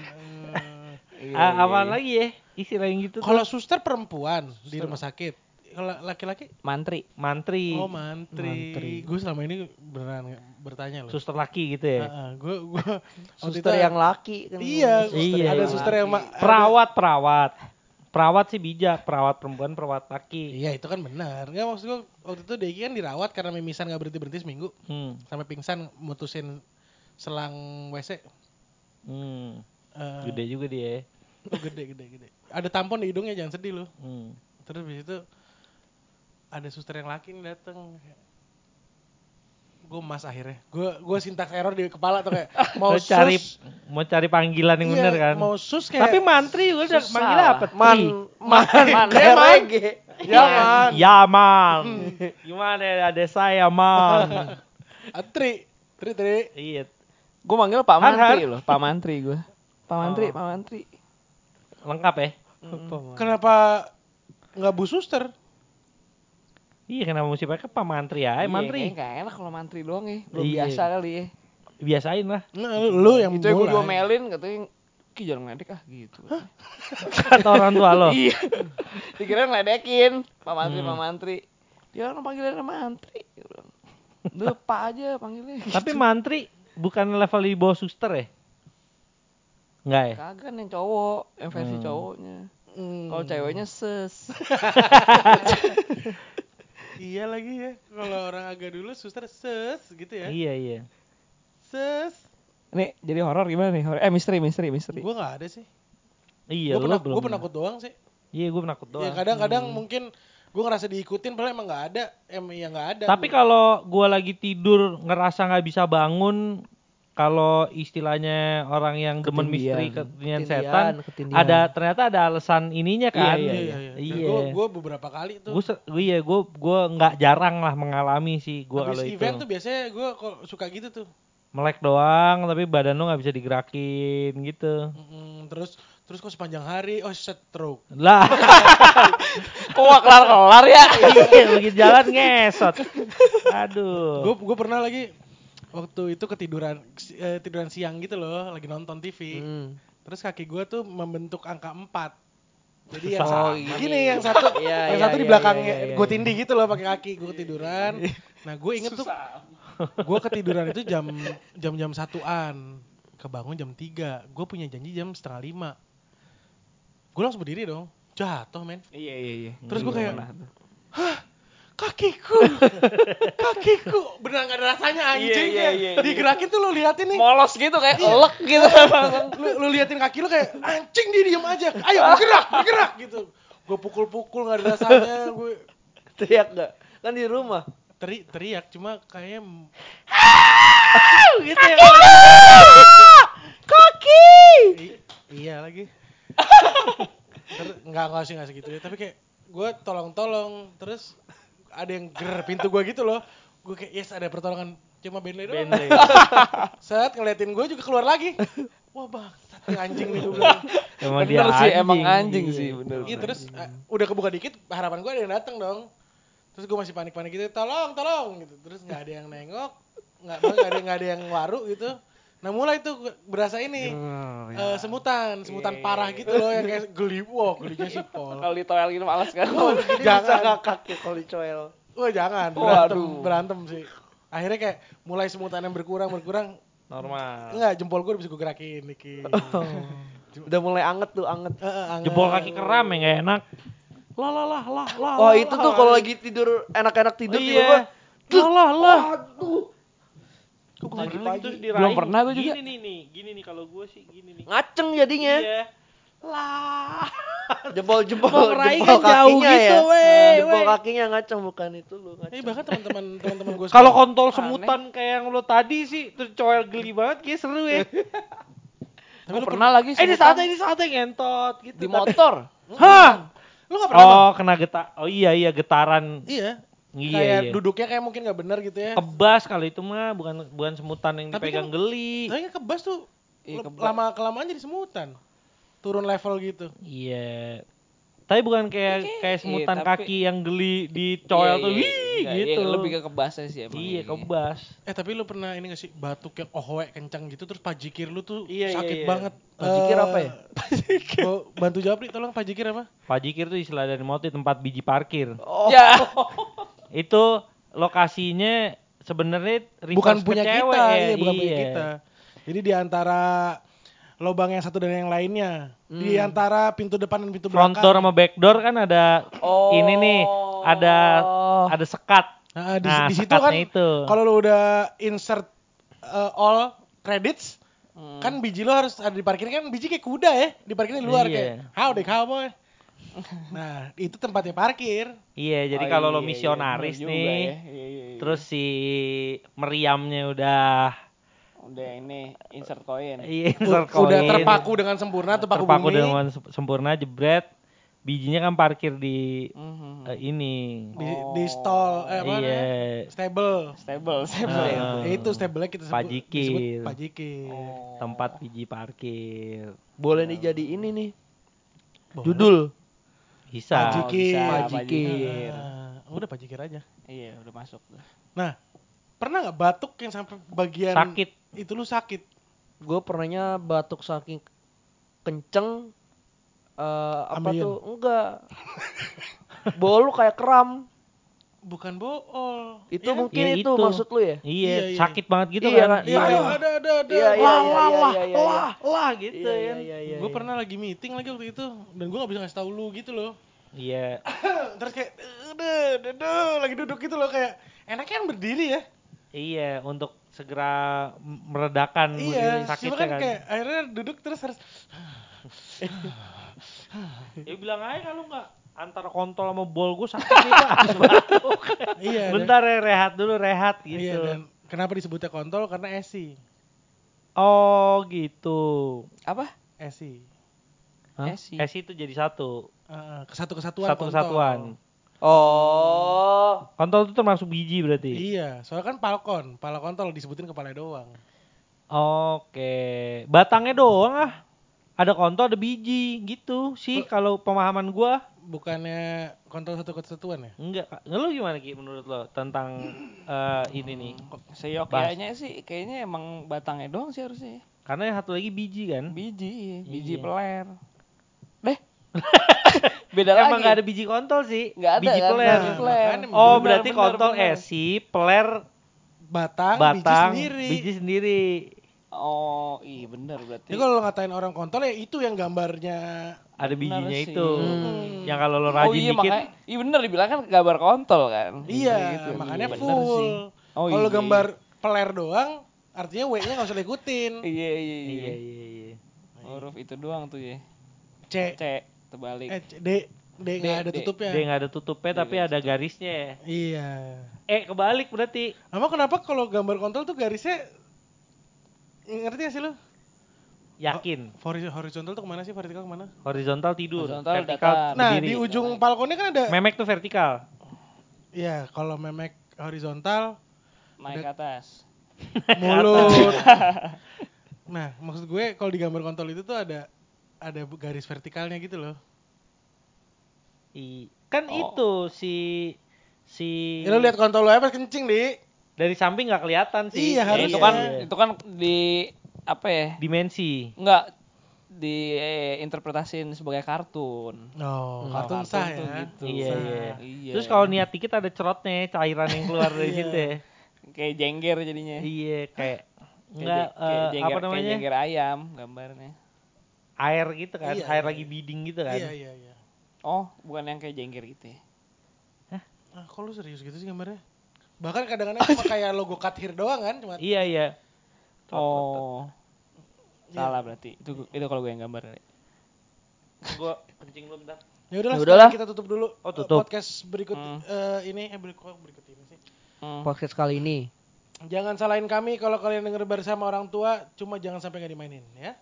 eh, A- Apaan lagi ya? Istilah yang gitu Kalau tuh. suster perempuan di rumah sakit. Kalau laki-laki Mantri. mantri, Oh mantri. Mantri. Gue selama ini beneran nggak- bertanya loh. suster laki gitu ya. gue gue <laughs> Suster yang laki kan. iya, Suster Iya, ada iya. suster yang ma- ada- Perawat, perawat. Perawat sih bijak, perawat perempuan, perawat laki. Iya itu kan benar. Gak maksud gue waktu itu Deki kan dirawat karena mimisan gak berhenti berhenti seminggu Hmm. sampai pingsan mutusin selang Eh, WC. Hmm. Eh, Gede juga dia. ya. oh, gede gede gede. Ada tampon di hidungnya jangan sedih loh. Hmm. Terus habis itu ada suster yang laki nih dateng gue mas akhirnya gue gue sintaks error di kepala tuh <laughs> kayak mau Mau cari sus, mau cari panggilan yang iya, bener kan. mau sus kayak Tapi mantri juga udah Susah. manggilnya apa? Man, Tri. man, man, Iya, Man. reggae. Iya. ya Iya. kan Ya man. <laughs> Gimana ya, ada saya man. "Ah, Tri, Tri, Tri. iya. Gue manggil Pak Har, Mantri har. loh. Pak Mantri gue. Pak Mantri, Pak Mantri. Lengkap ya. Hmm. Kenapa nggak bu suster? Iya kenapa mesti pakai pak mantri ya? Iya, mantri. kayaknya nggak enak kalau mantri doang ya. Belum Iya. biasa kali ya. Biasain lah. <laughs> Nah, lu, lu yang Itu yang gue mulai. diomelin katanya Ki jangan ngeledek ah gitu. Kata orang tua lo. <laughs> Iya. Dikira ngeledekin Pak Mantri, Hmm. Pak Mantri. <laughs> Dia orang panggilannya Mantri. Dia bilang, Duh, Pak aja panggilnya. Tapi mantri bukan level di bawah suster ya? Enggak ya? Kagak yang cowok, yang versi Hmm. cowoknya. Kalau ceweknya <laughs> ses. Iya lagi ya. Kalau orang agak dulu suster ses gitu ya. Iya iya. Ses. Nih, jadi horor gimana nih? Horor. Eh, misteri, misteri, misteri. Gua nggak ada sih. Iya Gue lu pernah belum. gue penakut doang sih. Iya gue penakut doang. Ya Hmm. kadang-kadang mungkin gue ngerasa diikutin padahal emang nggak ada. Emang ya nggak ada. Tapi kalau gua lagi tidur ngerasa nggak bisa bangun, kalau istilahnya orang yang demen misteri Ketindihan, ketindian setan, ketindihan. ada ternyata ada alasan ininya kan? iya iya iya. Iya. Gue beberapa kali tuh. Gue iya gue gue nggak jarang lah mengalami sih gue Habis kalau itu event tuh biasanya gue kok suka gitu tuh. melek doang tapi badan lo nggak bisa digerakin gitu Mm, terus terus kok sepanjang hari oh stroke. lah <laughs> Kok nggak kelar-kelar ya? iya, begitu jalan ngesot aduh Gue gue pernah lagi waktu itu ketiduran si- eh, tiduran siang gitu loh, lagi nonton TV. Hmm. Terus kaki gue tuh membentuk angka 4 jadi yang Oh, satu- gini yang satu <laughs> Iya, yang iya, satu di iya, belakang iya, iya, gue iya. tindih gitu loh pakai kaki gue ketiduran. Nah gue inget tuh gue ketiduran itu jam jam jam satuan kebangun jam 3 gue punya janji jam setengah lima gue langsung berdiri dong jatuh men Iya, iya, iya. Terus gua Iya, kayak- pernah tuh. <laughs> kakiku kakiku beneran gak ada rasanya anjing Iya, iya, ya. iya, iya. digerakin tuh lo liatin nih Molos gitu kayak elek gitu. lu, lu liatin kaki lu kayak anjing dia diem aja ayo bergerak bergerak gitu gue pukul-pukul gak ada rasanya gue Teriak nggak? Kan di rumah. teri teriak cuma kayaknya m- Gitu ya. i- iya lagi Ter- nggak nggak sih nggak segitu ya tapi kayak gue tolong-tolong terus ada yang ger pintu gue gitu loh gue kayak yes ada pertolongan cuma Bentley doang <laughs> saat ngeliatin gue juga keluar lagi wah bang anjing nih gue bilang emang Oh, dia Bener sih, emang anjing Iya. sih, bener. Iya terus eh, udah kebuka dikit harapan gue ada yang datang dong. Terus gue masih panik-panik gitu, tolong, tolong gitu. Terus nggak ada yang nengok, nggak nggak ada nggak ada yang waru gitu. Nah mulai tuh gua- berasa ini eh, semutan, semutan parah gitu loh yang kayak geli, wah gelinya si Paul. Kalau di toel gitu malas kan. Ini bisa nggak kaki kalau dicoel? Wah jangan, berantem, Waduh. berantem sih. Akhirnya kayak mulai semutan yang berkurang berkurang, normal enggak jempol gue bisa gue gerakin dikit. Udah mulai anget tuh, anget. Eh, eh, anget. jebol kaki keram ya nggak enak lah lah lah lah lah Oh, lah, itu lah. tuh kalau lagi tidur enak-enak tidur tiba-tiba iya lah lah lah Kok gua Lagi pernah gitu lagi? diraih. Belum pernah gua juga. gini nih nih gini nih kalau gue sih gini nih ngaceng jadinya. iya lah Jebol-jebol, meraih jebol kan jauh kakinya gitu, ya. wey, Jebol wey. kakinya ngaceng bukan itu lu Eh ngaceng. bahkan teman-teman teman-teman gue kalau kontol semutan kayak yang lo tadi sih terus cowel geli banget kayak seru ya tapi lu pernah lagi eh ini semutan saatnya ini saatnya ngentot gitu di motor. hah lu nggak pernah oh kena getar oh iya iya getaran Iya. Iya, kayak iya. duduknya kayak mungkin nggak benar gitu ya. kebas kalau itu mah bukan bukan semutan yang Tapi dipegang kan- geli Tapi kan kebas tuh Iya, le- kebas. lama kelamaan jadi semutan. Turun level gitu. iya tapi bukan kayak kayak semutan Iya, tapi- kaki yang geli dicoel Iya, tuh iya, wih enggak, iya, gitu lebih ke kebasnya sih emang. iya ini. kebas Eh tapi lu pernah ini gak sih batuk yang ohoe kencang gitu terus pajikir lu tuh Iya, iya, sakit iya. banget. Pajikir Eh, <laughs> apa ya? Pajikir. Bo- bantu jawab nih tolong pajikir apa? Pak Jikir tuh istilah dari motif tempat biji parkir Oh, Ya. itu lokasinya sebenarnya bukan reverse ke punya cewek kita, ya, iya, bukan punya iya. kita. Jadi di antara lobang yang satu dan yang lainnya, di Hmm. antara pintu depan dan pintu front door belakang. sama back door kan ada Oh. ini nih ada Oh. ada sekat Nah, di, Nah, di situ kan sekatnya itu. kalau lu udah insert eh, all credits Hmm. kan biji lo harus ada di parkir kan biji kayak kuda ya di parkirnya di luar Iya. kayak howdy cowboy nah itu tempatnya <laughs> parkir iya jadi Oh, kalau iya, lo iya, misionaris bener juga nih ya. Iya, iya, iya. terus si meriamnya udah udah ini insert koin. iya, U- circle-in, udah terpaku dengan sempurna terpaku, terpaku bumi dengan se- sempurna jebret bijinya kan parkir di Mhm. eh, ini di, Hmm. di stall eh, apa iya namanya? stable Stable, stable. Ah. Ya itu stable kita sebut Pajikir. Oh. disebut pajikir Oh. tempat biji parkir boleh dijadiin ini nih. Boleh. Judul. bisa Pajik. Pajikir. Pajikir. Nah, udah pajikir aja Iya, udah masuk. tuh. nah pernah nggak batuk yang sampai bagian sakit itu lu sakit Gue pernahnya batuk saking kenceng eh apa Ambeien. tuh? Enggak. Bolu kayak kram. bukan bool. Iya Itu kan? mungkin Ya, itu, itu. maksud lu ya? Iya, Iya, iya. sakit banget gitu Iya, kan. kan? Iya, Iya. ada ada ada. Iya, iya, lah, iya, lah, iya, lah, iya, iya. lah, lah gitu Iya, iya, kan. iya, iya, gue iya. pernah lagi meeting lagi waktu itu dan gue nggak bisa ngasih tahu lu gitu loh. Iya. <coughs> Terus kayak, udah, udah, udah, lagi duduk gitu loh kayak enaknya kan berdiri ya. Iya, untuk segera m- Hmm, meredakan Iya, cuma sakitnya kan kayak akhirnya duduk terus harus Ya bilang aja kalau nggak antara kontol sama bol gue <laughs> sakit nih pak. Harus batuk. <laughs> iya. dan- Bentar ya rehat dulu rehat gitu. Iya, dan kenapa disebutnya kontol? Karena esi. Oh gitu. Apa? Esi. Hah? Esi. Esi itu jadi satu. Eh, kesatu kesatuan Satu kesatuan. Oh. Kontol itu termasuk biji berarti. Iya, soalnya kan palkon, pala kontol disebutin kepala doang. Oke, batangnya doang ah. Ada kontol, ada biji gitu sih kalau pemahaman gua. Bukannya kontol satu kesatuan ya? Enggak, Kak. lu gimana Ki menurut lo tentang eh, ini nih? Seyokianya sih kayaknya emang batangnya doang sih harusnya. Karena yang satu lagi biji kan. Biji, iya. biji Iya. peler. Deh. <laughs> Beda lagi. Emang nggak ada biji kontol sih, Nggak ada biji kan, biji peler. Nah, peler. makanya Oh, Benar, berarti benar, kontol benar. esi, peler, Batang, batang, biji sendiri. biji sendiri. Oh, iya bener berarti. Jadi Ya kalau lo ngatain orang kontol ya itu yang gambarnya Ada Benar bijinya sih. itu. Hmm. Yang kalau lo oh rajin iya dikit, makanya, iya bener dibilang kan gambar kontol kan. iya, Gitu, makanya iya, bener full. sih. Oh, kalau iya. gambar peler doang, artinya W-nya nggak usah diikutin. Iya iya iya iya. iya iya. Huruf itu doang tuh ya. C, C terbalik. eh, C, D, D nggak D, ada D. tutupnya. Dia nggak ada tutupnya Iya, tapi ada garisnya. Iya. Eh kebalik berarti. Emang kenapa kalau gambar kontol tuh garisnya ngerti gak sih lo? Yakin. Hori- Horizontal tuh kemana sih? Vertikal kemana? Horizontal tidur, Horizontal vertikal datar. Nah, berdiri. di ujung balkonnya kan ada. Memek tuh vertikal. Iya, kalau memek horizontal, Naik ke atas. mulut. <laughs> nah, maksud gue kalau di gambar kontol itu tuh ada ada garis vertikalnya gitu loh. I- Kan Oh. itu si si Ya, lo lihat kontol lo apa kencing, Di? dari samping nggak kelihatan sih. Iya, Ya, harusnya. Itu kan Iya. Itu kan di apa ya? dimensi. Enggak diinterpretasin sebagai No, kartun. Kalau Nah, kartun sah tuh ya. gitu. Iya, Sah. iya. Iya. Terus kalau niat dikit ada cerotnya, cairan yang keluar dari Iya. situ ya. kayak jengger jadinya. Iya, kayak Kayak enggak je- kayak eh, jengger, apa kayak namanya? jengger ayam gambarnya. Air gitu kan, Iya, air iya, lagi iya. bidding gitu kan. Iya, iya, iya. Oh, bukan yang kayak jengger gitu ya. Ah, kok lu serius gitu sih gambarnya? Bahkan <laughs> kadang-kadang cuma kayak logo kathir doang kan, cuma Iya, iya. Oh. Salah berarti. Itu itu kalau gue yang gambar. Gua kencing lu bentar. Ya udahlah, Ya udahlah. sekarang kita tutup dulu Oh, eh, tutup. podcast berikut Hmm. eh, ini eh berikut berikut ini sih. Hmm. Podcast kali ini. Jangan salahin kami kalau kalian denger bersama orang tua, cuma jangan sampai nggak dimainin ya.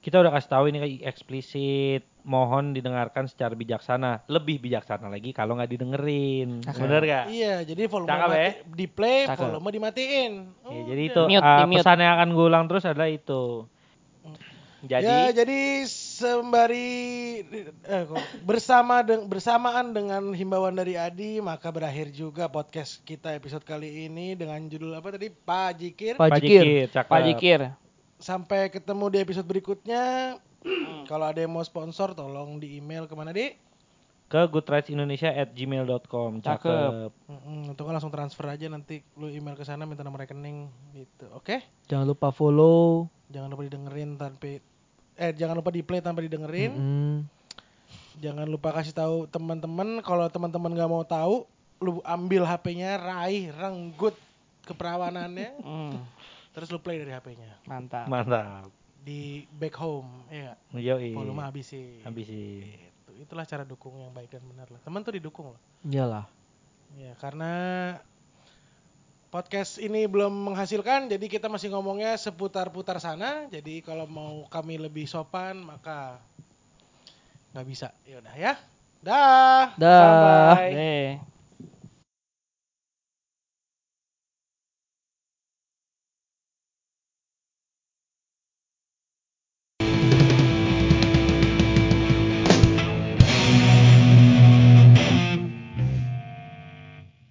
Kita udah kasih tahu ini kayak eksplisit. Mohon didengarkan secara bijaksana. Lebih bijaksana lagi kalau nggak didengerin. Cakep. Bener gak? Iya, jadi volume Cakep, mati, ya? di play, Cakep. volume dimatiin. Ya, Udah. jadi itu Mute, uh, di-mute. pesan yang akan gue ulang terus adalah itu. Jadi ya, jadi sembari eh, kok, bersama deng- bersamaan dengan himbauan dari Adi, maka berakhir juga podcast kita episode kali ini dengan judul apa tadi? Pak Jikir. Pak Pak Jikir. Jikir, cakep. Pak Jikir. Sampai ketemu di episode berikutnya. Hmm. kalau ada yang mau sponsor, tolong di email kemana di? ke goodridesindonesia@gmail.com. Cakep. Cakep. Mm-mm, Atau nggak langsung transfer aja nanti lu email ke sana minta nomor rekening gitu. Oke? Jangan lupa follow. Jangan lupa didengerin tanpa eh jangan lupa di play tanpa didengerin. Hmm. Mm-mm. Jangan lupa kasih tahu teman-teman kalau teman-teman nggak mau tahu lu ambil HP-nya, raih, renggut <laughs> keperawanannya, Hmm, terus lu play dari HP-nya Hmm. mantap. Mantap. di back home, ya. nggak? Yoi. Volume habisin. Habisin. Gitu. Itulah cara dukung yang baik dan benar lah. Teman tuh didukung loh. Iyalah. Ya, karena podcast ini belum menghasilkan, jadi kita masih ngomongnya seputar-putar sana. Jadi kalau mau kami lebih sopan, maka nggak bisa. Ya udah ya. Dah. Dah. Deh.